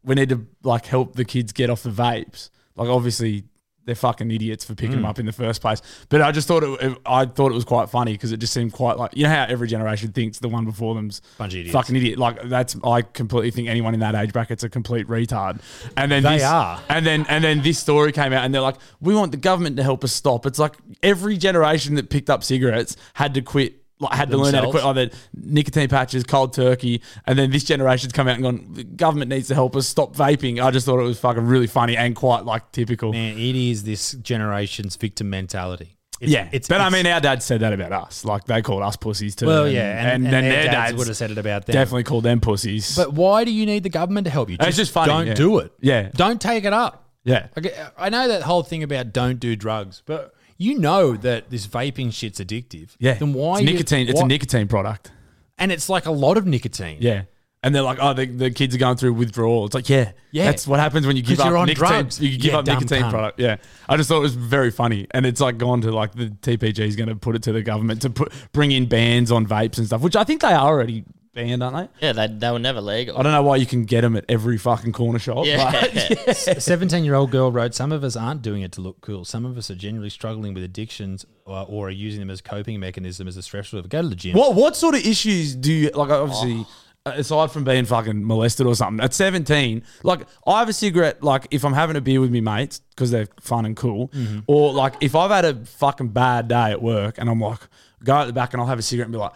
we need to like help the kids get off the vapes. Like, obviously, they're fucking idiots for
Hmm.
picking them up in the first place. But I just thought it, it- I thought it was quite funny because it just seemed quite like you know how every generation thinks the one before them's
Bunch of idiots.
fucking idiot. Like that's I completely think anyone in that age bracket's a complete retard. And then
They
this-
are.
and then and then this story came out, and they're like, "We want the government to help us stop." It's like every generation that picked up cigarettes had to quit, like had to learn how to quit
Themselves.
either nicotine patches, cold turkey, and then this generation's come out and gone. The government needs to help us stop vaping. I just thought it was fucking really funny and quite like typical.
Man, it is this generation's victim mentality. It's,
yeah, but I mean, our dad said that about us. Like they called us pussies too.
well, yeah, and, and,
then
their, dads,
dads
would have said it about them.
definitely called them pussies.
But why do you need the government to help you?
It's just funny,
Don't
yeah.
do it.
Yeah.
Don't take it up.
yeah,
Okay, I know that whole thing about don't do drugs, but you know that this vaping shit's addictive.
yeah.
Then why
It's
you-
nicotine? it's a
why-
nicotine product.
and it's like a lot of nicotine.
Yeah. And they're like, oh, the, the kids are going through withdrawal. It's like, yeah,
Yeah.
That's what happens when you give
'Cause
up
you're on
nicotine.
drugs.
You give
Yeah,
up
dumb
nicotine
cunt.
product. Yeah. I just thought it was very funny, and it's like gone to like the TPG is going to put it to the government to put bring in bans on vapes and stuff, which I think they are already banned, aren't they?
Yeah, they, they were never legal.
I don't know why you can get them at every fucking corner shop.
[LAUGHS] yeah.
[LAUGHS]
but-
A 17 year old girl wrote, Some of us aren't doing it to look cool. Some of us are generally struggling with addictions or, or are using them as coping mechanism as a stress reliever. Go to the gym.
What what sort of issues do you like?
Oh.
Obviously, uh, aside from being fucking molested or something, at seventeen, like I have a cigarette. Like if I'm having a beer with my mates because they're fun and cool,
Mm-hmm.
or like if I've had a fucking bad day at work and [SIGHS] I'm like, go at the back and I'll have a cigarette and be like,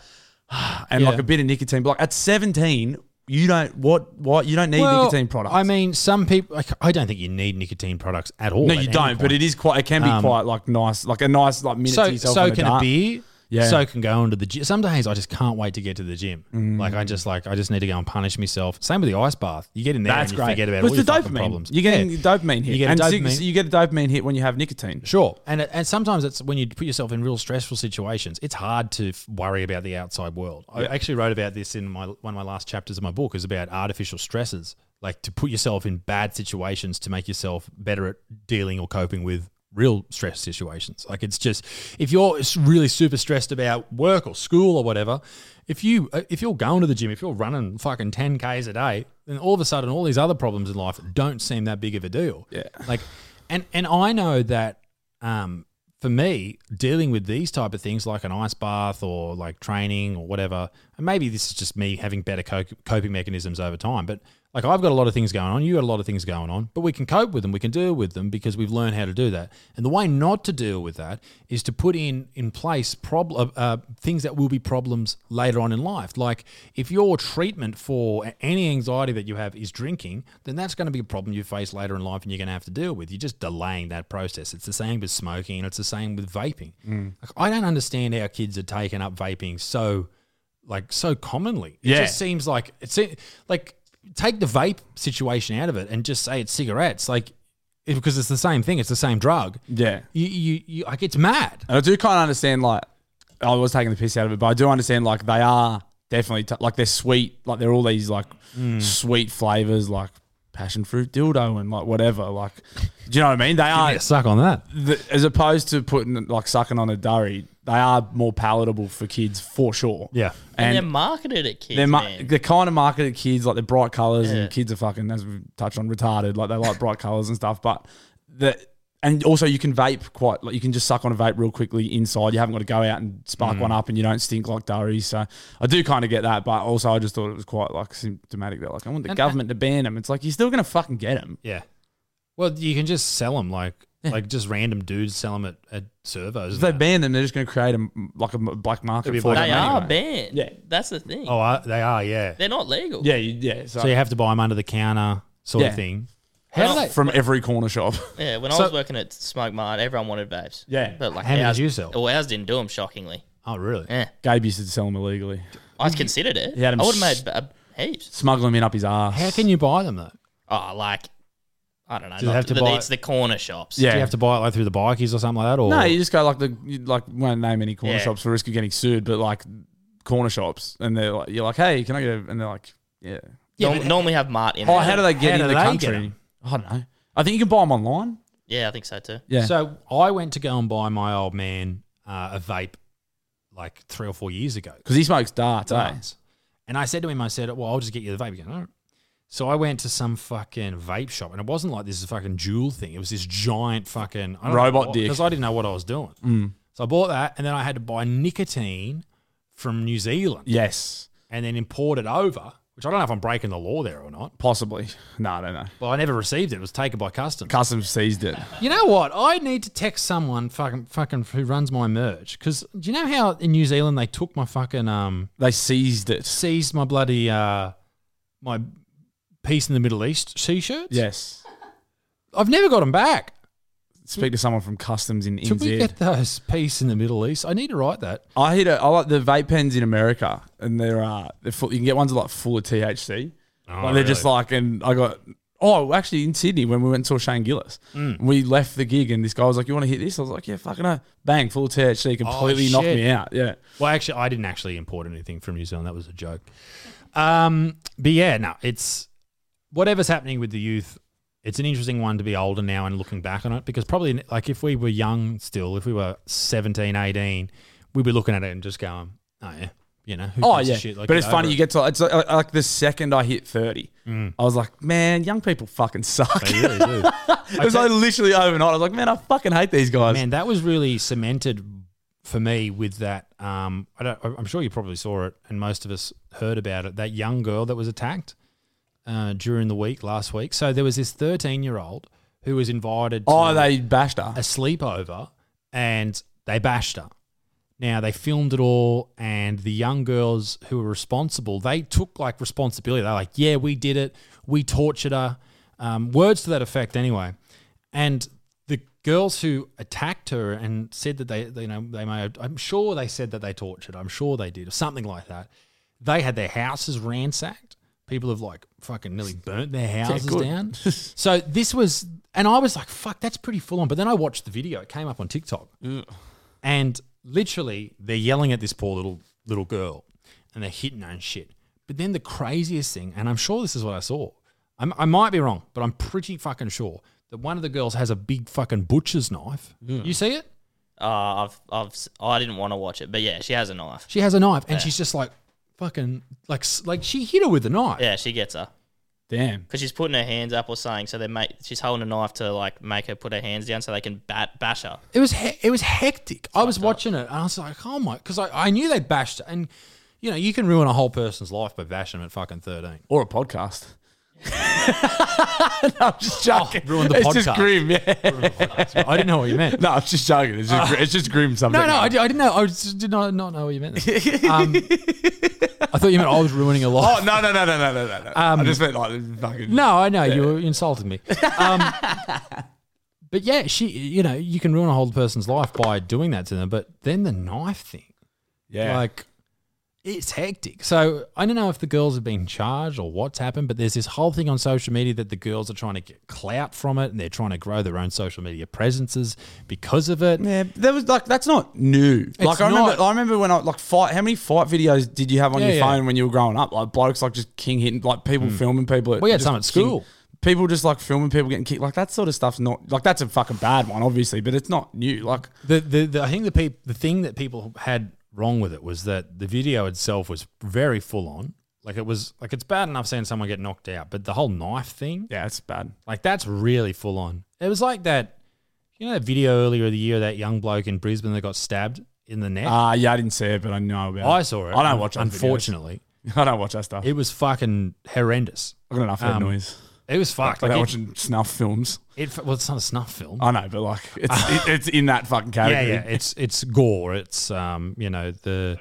and like a bit of nicotine. But like at seventeen, You don't what what you don't need
Well,
nicotine products.
I mean, some people. like, I don't think you need nicotine products at all.
no,
at
you
any
don't. But
point.
it is quite. It can be
Um,
quite like nice, like a nice like minute to
so
yourself.
so
on
can
dark.
a beer.
Yeah.
So can go into the gym. Some days I just can't wait to get to the gym.
Mm.
Like I just like I just need to go and punish myself. Same with the ice bath. You get in there
That's
and you
great.
forget about
But
all
it's
your
the
fucking
dopamine.
problems.
You're getting
Yeah.
dopamine hit.
You get a
and
dopamine.
six- you get a dopamine hit when you have nicotine.
Sure, and it- and sometimes it's when you put yourself in real stressful situations. It's hard to f- worry about the outside world. I actually wrote about this in my one of my last chapters of my book is about artificial stresses, like to put yourself in bad situations to make yourself better at dealing or coping with real stress situations. Like it's just if you're s- really super stressed about work or school or whatever, if you uh, if you're going to the gym, if you're running fucking 10k's a day, then all of a sudden all these other problems in life don't seem that big of a deal. Yeah. Like and and I know that um, for me, dealing with these type of things like an ice bath or like training or whatever, and maybe this is just me having better co- coping mechanisms over time, but like I've got a lot of things going on, you got a lot of things going on, but we can cope with them, we can deal with them because we've learned how to do that. And the way not to deal with that is to put in in place problem uh, things that will be problems later on in life. Like if your treatment for a- any anxiety that you have is drinking, then that's going to be a problem you face later in life and you're going to have to deal with. You're just delaying that process. It's the same with smoking and it's the same with vaping.
Mm.
Like, I don't understand how kids are taking up vaping so like so commonly. It
Yeah.
just seems like it's like take the vape situation out of it and just say it's cigarettes like it, because it's the same thing, it's the same drug.
Yeah.
You you, you like it's mad.
And I do kind of understand, like, I was taking the piss out of it, but I do understand, like, they are definitely, t- like, they're sweet. Like, they're all these, like, sweet flavors, like passion fruit dildo and, like, whatever. Like, do you know what I mean? They are,
I suck on that.
the, as opposed to putting, like, sucking on a durry, they are more palatable for kids for sure.
Yeah.
And, they're marketed at kids.
They're, ma-
man.
they're kind of marketed at kids, like they're bright colors,
Yeah.
and kids are fucking, as we touched on, retarded. Like they like bright colors and stuff. But the and also you can vape quite, like you can just suck on a vape real quickly inside. You haven't got to go out and spark
Mm.
one up, and you don't stink like durry. So I do kind of get that, but also I just thought it was quite like symptomatic that like I want the
uh,
government to ban them. It's like you're still gonna fucking get them.
Yeah. Well, you can just sell them like like just random dudes sell them at, at servos. and
If they
that.
ban them, they're just gonna create a m- like a m- black market
It'll be
for
black
them.
they are
anyway.
banned.
Yeah.
That's the thing.
oh, I, they are. Yeah.
They're not legal.
Yeah, you, yeah. So,
So you have to buy them under the counter sort
Yeah.
of thing.
How do
Well,
they-
from every corner shop? [LAUGHS]
Yeah, when I
So-
was working at Smoke Mart, everyone wanted vapes.
Yeah.
but like
How many
ours,
did you sell?
Well, ours didn't do them. Shockingly,
Oh, really?
yeah,
Gabe used to sell them illegally,
I considered it.
He had 'em
I would have
s-
made uh, heaps.
smuggle them in up his ass.
How can you buy them though?
Oh, like I don't know.
Do they
not
have to
the,
buy-
It's the corner shops.
Yeah.
Do you have to buy it like through the bikies or something like that? Or
No, you just go like the you like won't name any corner
Yeah.
shops for risk of getting sued, but like corner shops, and they're like, you're like, hey, can I get? A, and they're like, yeah.
Yeah,
Norm-
but-
normally have Mart in.
Oh,
there.
how do they get
How
in
do
the
they get
country?
'em?
I don't know. I think you can buy them online.
Yeah, I think so too.
Yeah.
So I went to go and buy my old man uh, a vape like three or four years ago.
because he smokes darts. eh?
darts. And I said to him, I said, well, I'll just get you the vape again. All right. So I went to some fucking vape shop, and it wasn't like this fucking jewel thing. It was this giant fucking I don't
Robot
know,
dick.
because I didn't know what I was doing.
Mm.
So I bought that, and then I had to buy nicotine from New Zealand
Yes,
and then import it over. Which I don't know if I'm breaking the law there or not,
possibly. [LAUGHS] No, I don't know.
but I never received it. It was taken by customs.
Customs seized it.
You know what? I need to text someone fucking fucking who runs my merch because do you know how in New Zealand they took my fucking um
They seized it.
seized my bloody uh my peace in the Middle East t-shirts?
Yes.
I've never got them back.
Speak to someone from customs in
Should we
NZ.
get those peace in the Middle East? I need to write that.
I hit a, I like the vape pens in America, and they're uh, they're full, you can get ones that are like full of THC.
Oh,
like they're just like, and I got oh, actually in Sydney when we went and saw Shane Gillis,
Mm.
we left the gig, and this guy was like, "You want to hit this?" I was like, "Yeah, fucking no." Bang, full of THC, completely knocked
Oh, shit.
me out. Yeah,
Well, actually, I didn't actually import anything from New Zealand. That was a joke. Um, but yeah, no, it's whatever's happening with the youth. It's an interesting one to be older now and looking back on it because probably like if we were young still, if we were 17, 18, we'd be looking at it and just going, oh yeah, you know, who
oh
gives a
yeah.
shit? Like,
but
get
it's funny
over
you
it. Mm.
get to it's like, uh, like, like the second I hit thirty, I was like, man, young people fucking suck. [LAUGHS]
They really do.
it was like literally overnight. I was like, man, I fucking hate these guys.
Man, that was really cemented for me with that. Um, I don't, I'm sure you probably saw it, and most of us heard about it. That young girl that was attacked uh, during the week last week. So there was this 13 year old who was invited. To
oh, they bashed her.
a sleepover, and they bashed her. Now they filmed it all, and the young girls who were responsible, they took like responsibility. They're like, "Yeah, we did it. We tortured her." Um, words to that effect, anyway. And the girls who attacked her and said that they, they, you know, they may, I'm sure they said that they tortured. her. I'm sure they did, or something like that. They had their houses ransacked. People have like fucking nearly burnt their houses
good.
down. so this was, and I was like, "Fuck, that's pretty full on." But then I watched the video. It came up on TikTok and literally they're yelling at this poor little little girl and they're hitting her and shit but then the craziest thing and i'm sure this is what i saw I'm, i might be wrong but i'm pretty fucking sure that one of the girls has a big fucking butcher's knife you see it
Uh, I've, I've, s- I didn't want to watch it, but yeah, she has a knife.
she has a knife and she's just like fucking like s- like she hit her with the knife
Yeah, she gets her
Damn.
because she's putting her hands up or something. So they make she's holding a knife to like make her put her hands down so they can bat bash her.
It was he- it was hectic. I was watching it and I was like, oh my, because I, I knew they bashed it, and you know you can ruin a whole person's life by bashing them at fucking
[LAUGHS]
thirteen.
Or a podcast. no, I'm just joking.
[LAUGHS] Oh, ruined the
it's just
podcast.
grim, yeah. [LAUGHS]
I didn't know what you meant.
No, I'm just joking. It's just, gr- it's just grim something.
Oh. No, no, I, di- I didn't know. I just did not, not know what you meant.
[LAUGHS]
there. Um, I thought you meant I was ruining a life.
Oh, no, no, no, no, no, no, no. I just meant like fucking.
Um, No, I know you insulted me. [LAUGHS] Um, but yeah, she, you know, you can ruin a whole person's life by doing that to them. But then the knife thing,
Yeah.
like, it's hectic. So I don't know if the girls have been charged or what's happened, but there's this whole thing on social media that the girls are trying to get clout from it, and they're trying to grow their own social media presences because of it.
Yeah, but that was like that's not new. like I
not.
remember, I remember when I like fight. How many fight videos did you have on
Yeah,
your
yeah.
phone when you were growing up? Like blokes, like just king hitting, like people filming people. At,
We had
just
some at
king-
school.
people just like filming people getting kicked. Like that sort of stuff's not like that's a fucking bad one, obviously, but it's not new. Like
The, the, the I think the peop, the thing that people had wrong with it was that the video itself was very full on. Like it was like it's bad enough seeing someone get knocked out, but the whole knife thing,
yeah, it's bad.
like that's really full on. It was like that, you know, that video earlier in the year of that young bloke in Brisbane that got stabbed in the neck.
Ah, yeah, I didn't see it, but I know about.
I saw it.
I don't watch. those videos.
Unfortunately,
[LAUGHS] I don't watch that stuff.
it was fucking horrendous.
I got enough of that
um,
noise.
It was fucked.
I
Like
don't
it,
watching snuff films.
it, well, it's not a snuff film.
I know, but like it's
[LAUGHS]
it, it's in that fucking
yeah,
category.
yeah. It's it's gore. It's um, you know, the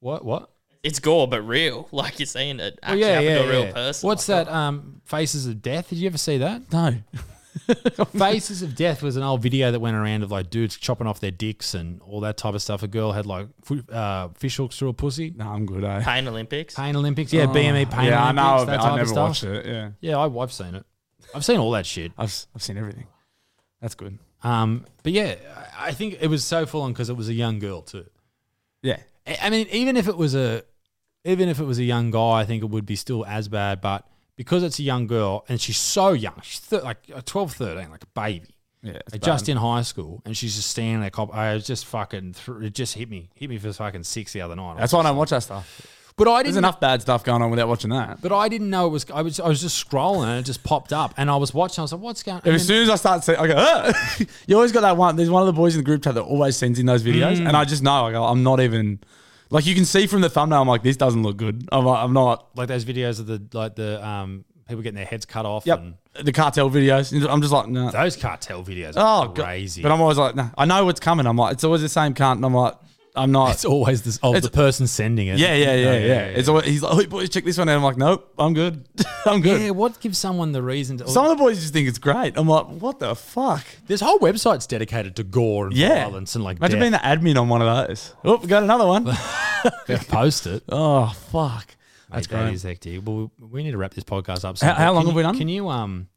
what what
It's gore, but real. [LAUGHS] Like you're seeing it
Oh
actually happen to a real person.
What's
like,
that? Um, Faces of Death. Did you ever see
[LAUGHS]
that?
No,
Faces of Death was an old video that went around of like dudes chopping off their dicks and all that type of stuff. A girl had like fu- uh, fish hooks through a pussy.
no, [LAUGHS] I'm good. Eh?
Pain Olympics.
Pain Olympics. Yeah, E BME Pain
Oh.
Olympics.
yeah, I know.
that
but
type
I've
of
never
stuff.
watched it. Yeah.
Yeah, I, I've seen it. I've seen all that shit.
I've, I've seen everything. That's good.
Um, but yeah, I I think it was so full on because it was a young girl too.
Yeah.
I I mean, even if it was a, even if it was a young guy, I think it would be still as bad. But because it's a young girl and she's so young, she's th- like uh, 12, 13, like a baby,
Yeah.
like, just in high school, and she's just standing there. Cop, I was just fucking, thr it just hit me, hit me for fucking six the other night.
That's why I don't watch that stuff.
But I
There's
didn't.
enough bad stuff going on without watching that.
But I didn't know it was. I was. I was just scrolling and it just popped up, and I was watching. I was like, "What's going?" on?
As soon as I start saying, I go, "Ah." [LAUGHS] you always got that one. There's one of the boys in the group chat that always sends in those videos.
Mm.
And I just know, I go, I'm not even, like, you can see from the thumbnail, I'm like, this doesn't look good. I'm, like, I'm not,
like those videos of the like the um people getting their heads cut off.
yep.
And
The cartel videos. I'm just like, no.
those cartel videos.
Oh,
Are
God.
crazy.
But I'm always like, nah, I know what's coming. I'm like, it's always the same cunt. And I'm like, I'm not.
It's always this. Oh,
It's-
the person sending it.
yeah, yeah, yeah, yeah,
Okay,
It's always, he's like, oh, boys, check this one out. I'm like, nope, I'm good. [LAUGHS] I'm good.
Yeah, what gives someone the reason to?
Some of the boys just think it's great. I'm like, what the fuck?
this whole website's dedicated to gore and
Yeah.
violence and like
Imagine being the admin on one of those. Oh, we got
[LAUGHS]
another one.
death. [LAUGHS] post it.
[LAUGHS] oh, fuck.
That's
great.
That is hectic. Well, we need to wrap this podcast up.
How- how
Can
long have
you-
we done?
Can you um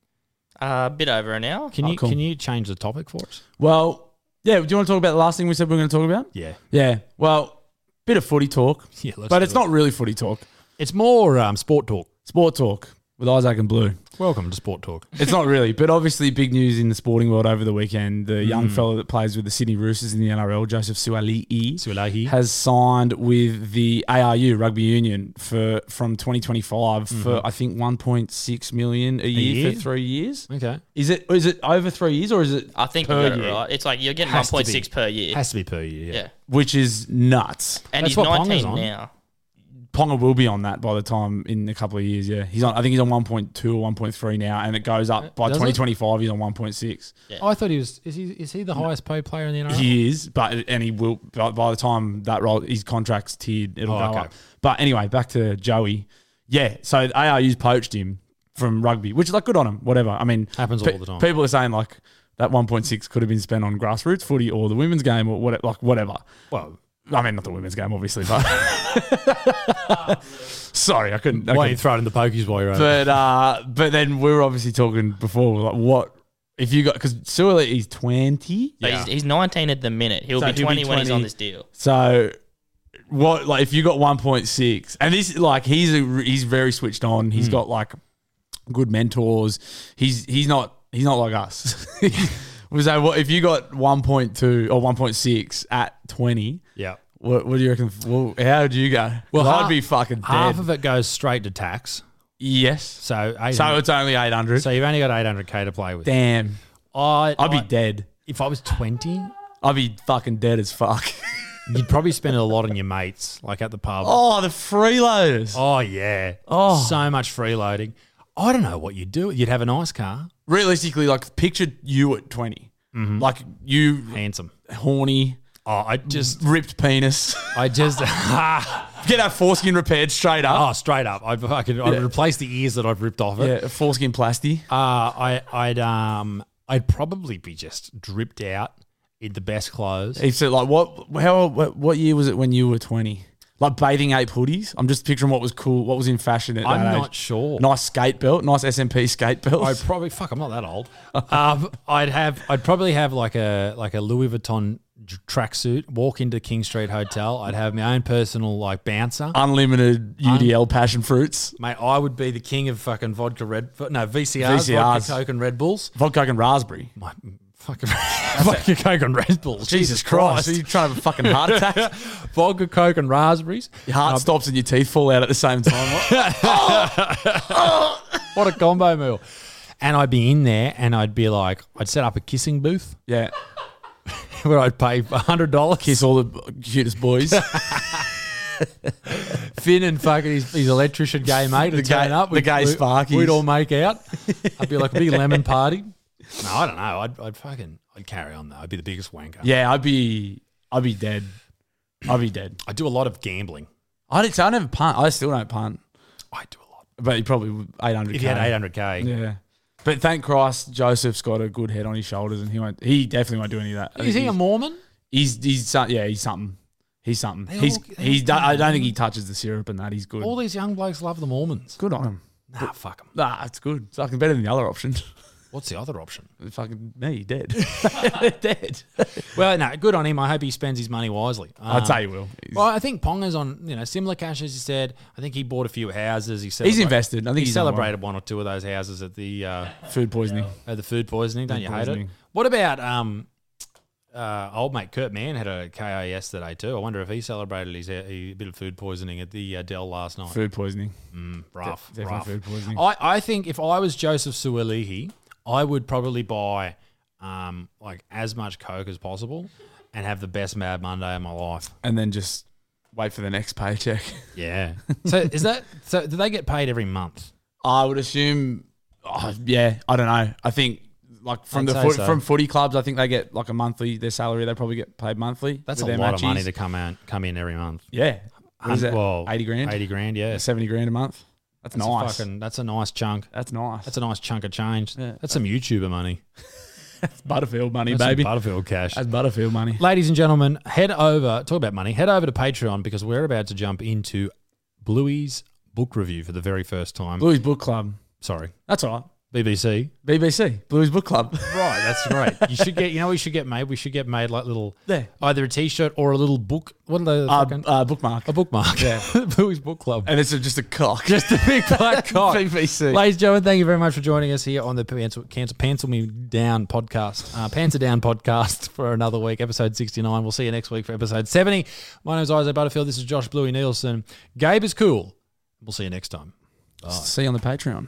Uh, a bit over an hour.
can
Oh,
you
cool.
can you change the topic for us?
Well, yeah, do you want to talk about the last thing we said we were going to talk about?
Yeah,
Yeah. Well, bit of footy talk,
[LAUGHS] yeah. Let's
but
do
it's
it.
not really footy talk.
It's more um sport talk.
Sport talk with Isaac and Blue.
Welcome to sport talk.
It's not really, but obviously big news in the sporting world over the weekend. The young fella that plays with the Sydney Roosters in the NRL, Joseph Suali'i,
Suali'i.
has signed with the ARU Rugby Union for from 2025 for I think 1.6 million a year,
year?
for three years.
Okay,
Is it is it over three years or is it?
I think you
per
got it
year?
right. It's like you're getting
Has to be.
1.6 per year.
has to be per year.
yeah.
Which is nuts.
And
That's
he's
what Ponga's
19
on.
now.
Ponga will be on that by the time in a couple of years. Yeah, he's on. I think he's on one point two or one point three now, and it goes up by
Does it?
twenty twenty five. He's on one point six.
Oh, I thought he was. Is he? Is he the highest paid player in the NRL?
He is, but and he will by, by the time that role his contract's tiered, it'll
Oh,
go
okay.
up. But anyway, back to Joey. Yeah, so ARU's poached him from rugby, which is like good on him. Whatever. I mean,
Happens all the time.
People are saying like that 1.6 could have been spent on grassroots footy or the women's game or what, like whatever. Well, I mean, not the women's game, obviously, but [LAUGHS] sorry, I couldn't. I
Why are you
couldn't-
throwing the pokies while you're at it?
but uh, but then we were obviously talking before, like what if you got because Suoli is twenty.
But he's, he's 19 at the minute. He'll
So
be
he'll be
20 when he's on
20.
this deal.
So what like if you got 1.6 and this like he's a, he's very switched on.
Hmm.
He's got like good mentors. He's he's not he's not like us. [LAUGHS] so what if you got 1.2 or 1.6 at 20?
Yeah.
What, what do you reckon? Well, how would you go? Well, I'd
ha-
be fucking dead.
Half of it goes straight to tax.
yes.
So, 800,
So
so,
it's only 800.
you've only got 800k to play with.
Damn.
I,
I'd be
I-
dead.
If I was 20,
I'd be fucking dead as fuck.
you'd probably spend it a lot on your mates, like at the pub.
oh, the freeloaders.
Oh, yeah. Oh. So much freeloading. I don't know what you'd do. You'd have a nice car,
Realistically, like picture you at 20. Like you
handsome.
horny,
Mm-hmm. Oh, I [LAUGHS] just,
ripped penis. [LAUGHS]
I just, [LAUGHS]
Get that foreskin repaired straight up.
oh, straight up. I'd, I could, I'd replace the ears that I've ripped off it.
yeah, foreskin plasty.
Uh, I, I'd, um, I'd probably be just dripped out in the best clothes.
He said, like, what? How? What, what year was it when you were twenty? Like bathing ape hoodies. I'm just picturing what was cool, what was in fashion at
I'm
that
not
age.
sure.
Nice skate belt, nice SMP skate belt. [LAUGHS]
I'd probably fuck. I'm not that old. Um, I'd have. I'd probably have like a like a Louis Vuitton j- tracksuit. Walk into King Street Hotel. I'd have my own personal like bouncer.
Unlimited UDL passion fruits,
Mate, I would be the king of fucking vodka red. No VCRs,
VCRs.
vodka coke and Red Bulls.
vodka and raspberry.
My fucking [LAUGHS] vodka coke and Red Bulls.
Jesus Christ! Are you
[LAUGHS]
trying to have a fucking heart attack?
Vodka coke and raspberries.
Your heart stops and your teeth fall out at the same time.
[LAUGHS] What a combo meal. And I'd be in there, and I'd be like, I'd set up a kissing booth [LAUGHS]
yeah,
where I'd pay hundred dollars.
kiss all the cutest boys. [LAUGHS]
Finn and fucking his, his electrician gay mate
The
would turn
gay-
up.
the
We'd-
gay
we-
sparkies.
We'd all make
[LAUGHS]
out. I'd be like a big lemon party. No, I don't know. I'd, I'd fucking I'd carry on though. I'd be the biggest wanker.
yeah, I'd be, I'd be dead. I'd be dead.
I do a lot of gambling.
I didn't. I never punt. I still don't punt.
I do a lot.
But he probably eight hundred.
If you had 800k,
yeah. But thank Christ, Joseph's got a good head on his shoulders, and he won't. He definitely won't do any of that. I
is
think
he a
he's,
Mormon?
he's he's some- yeah he's something. He's something.
They
he's
all- they
he's.
all
do-
do.
I don't think he touches the syrup and that. He's good.
All these young blokes love the Mormons.
good on him.
Nah, fuck them.
Nah, it's good. It's fucking better than the other option. [LAUGHS]
What's the other option?
fucking me dead. [LAUGHS] dead.
Well, no, good on him. I hope he spends his money wisely.
I'd say
Um,
he will. He's,
Well, I think Ponga's on you know similar cash as you said. I think he bought a few houses. He
he's
celebra-
invested. I think
He
he's done well.
celebrated one or two of those houses at the
[LAUGHS]
uh,
food poisoning.
Oh, the food poisoning, don't
Food
you hate
poisoning.
it? What about um, uh, old mate Kurt Mann had a KO yesterday too. I wonder if he celebrated his a bit of food poisoning at the uh, Dell last night.
Food poisoning.
rough,
definitely
rough.
food poisoning.
I, I think if I was Joseph Suolihi, I would probably buy um, like as much Coke as possible and have the best Mad Monday of my life.
And then just wait for the next paycheck.
Yeah. so is that so? Do they get paid every month?
[LAUGHS] I would assume, oh, yeah, I don't know. I think like from
I'd
the
say
foot,
so.
from footy clubs, I think they get like a monthly their salary. They probably get paid monthly.
That's
with
a
their
lot of money
matches.
to come out come in every month.
yeah, what is
Hun-
that? eighty grand,
Eighty grand. Yeah.
seventy grand a month. That's,
That's a
nice.
fucking- that's a nice chunk.
that's nice.
That's
That's
a nice chunk of change.
Yeah.
That's some YouTuber money.
Butterfield money,
That's some
baby.
Butterfield cash.
that's Butterfield money.
Ladies and gentlemen, head over, talk about money, head over to Patreon because we're about to jump into Bluey's book review for the very first time.
Blues Book Club.
Sorry,
That's all right.
BBC.
BBC Blues Book Club.
Right, that's [LAUGHS] right. You should get, you know, what we should get made. We should get made like little,
Yeah.
either a T-shirt or a little book. What are they?
uh,
fucking-
uh, bookmark.
a bookmark.
Yeah.
[LAUGHS] Bluey's book club.
and it's just a cock.
Just a big [LAUGHS]
[LAUGHS]
black cock.
BBC.
Ladies and gentlemen, thank you very much for joining us here on the Pencil, Cancel, Pencil Me Down podcast, uh, Pants Are Down podcast [LAUGHS] for another week, episode 69. We'll see you next week for episode 70. My name is Isaac Butterfield. This is Josh Bluey Nielsen. Gabe is cool. We'll see you next time.
See you on the Patreon.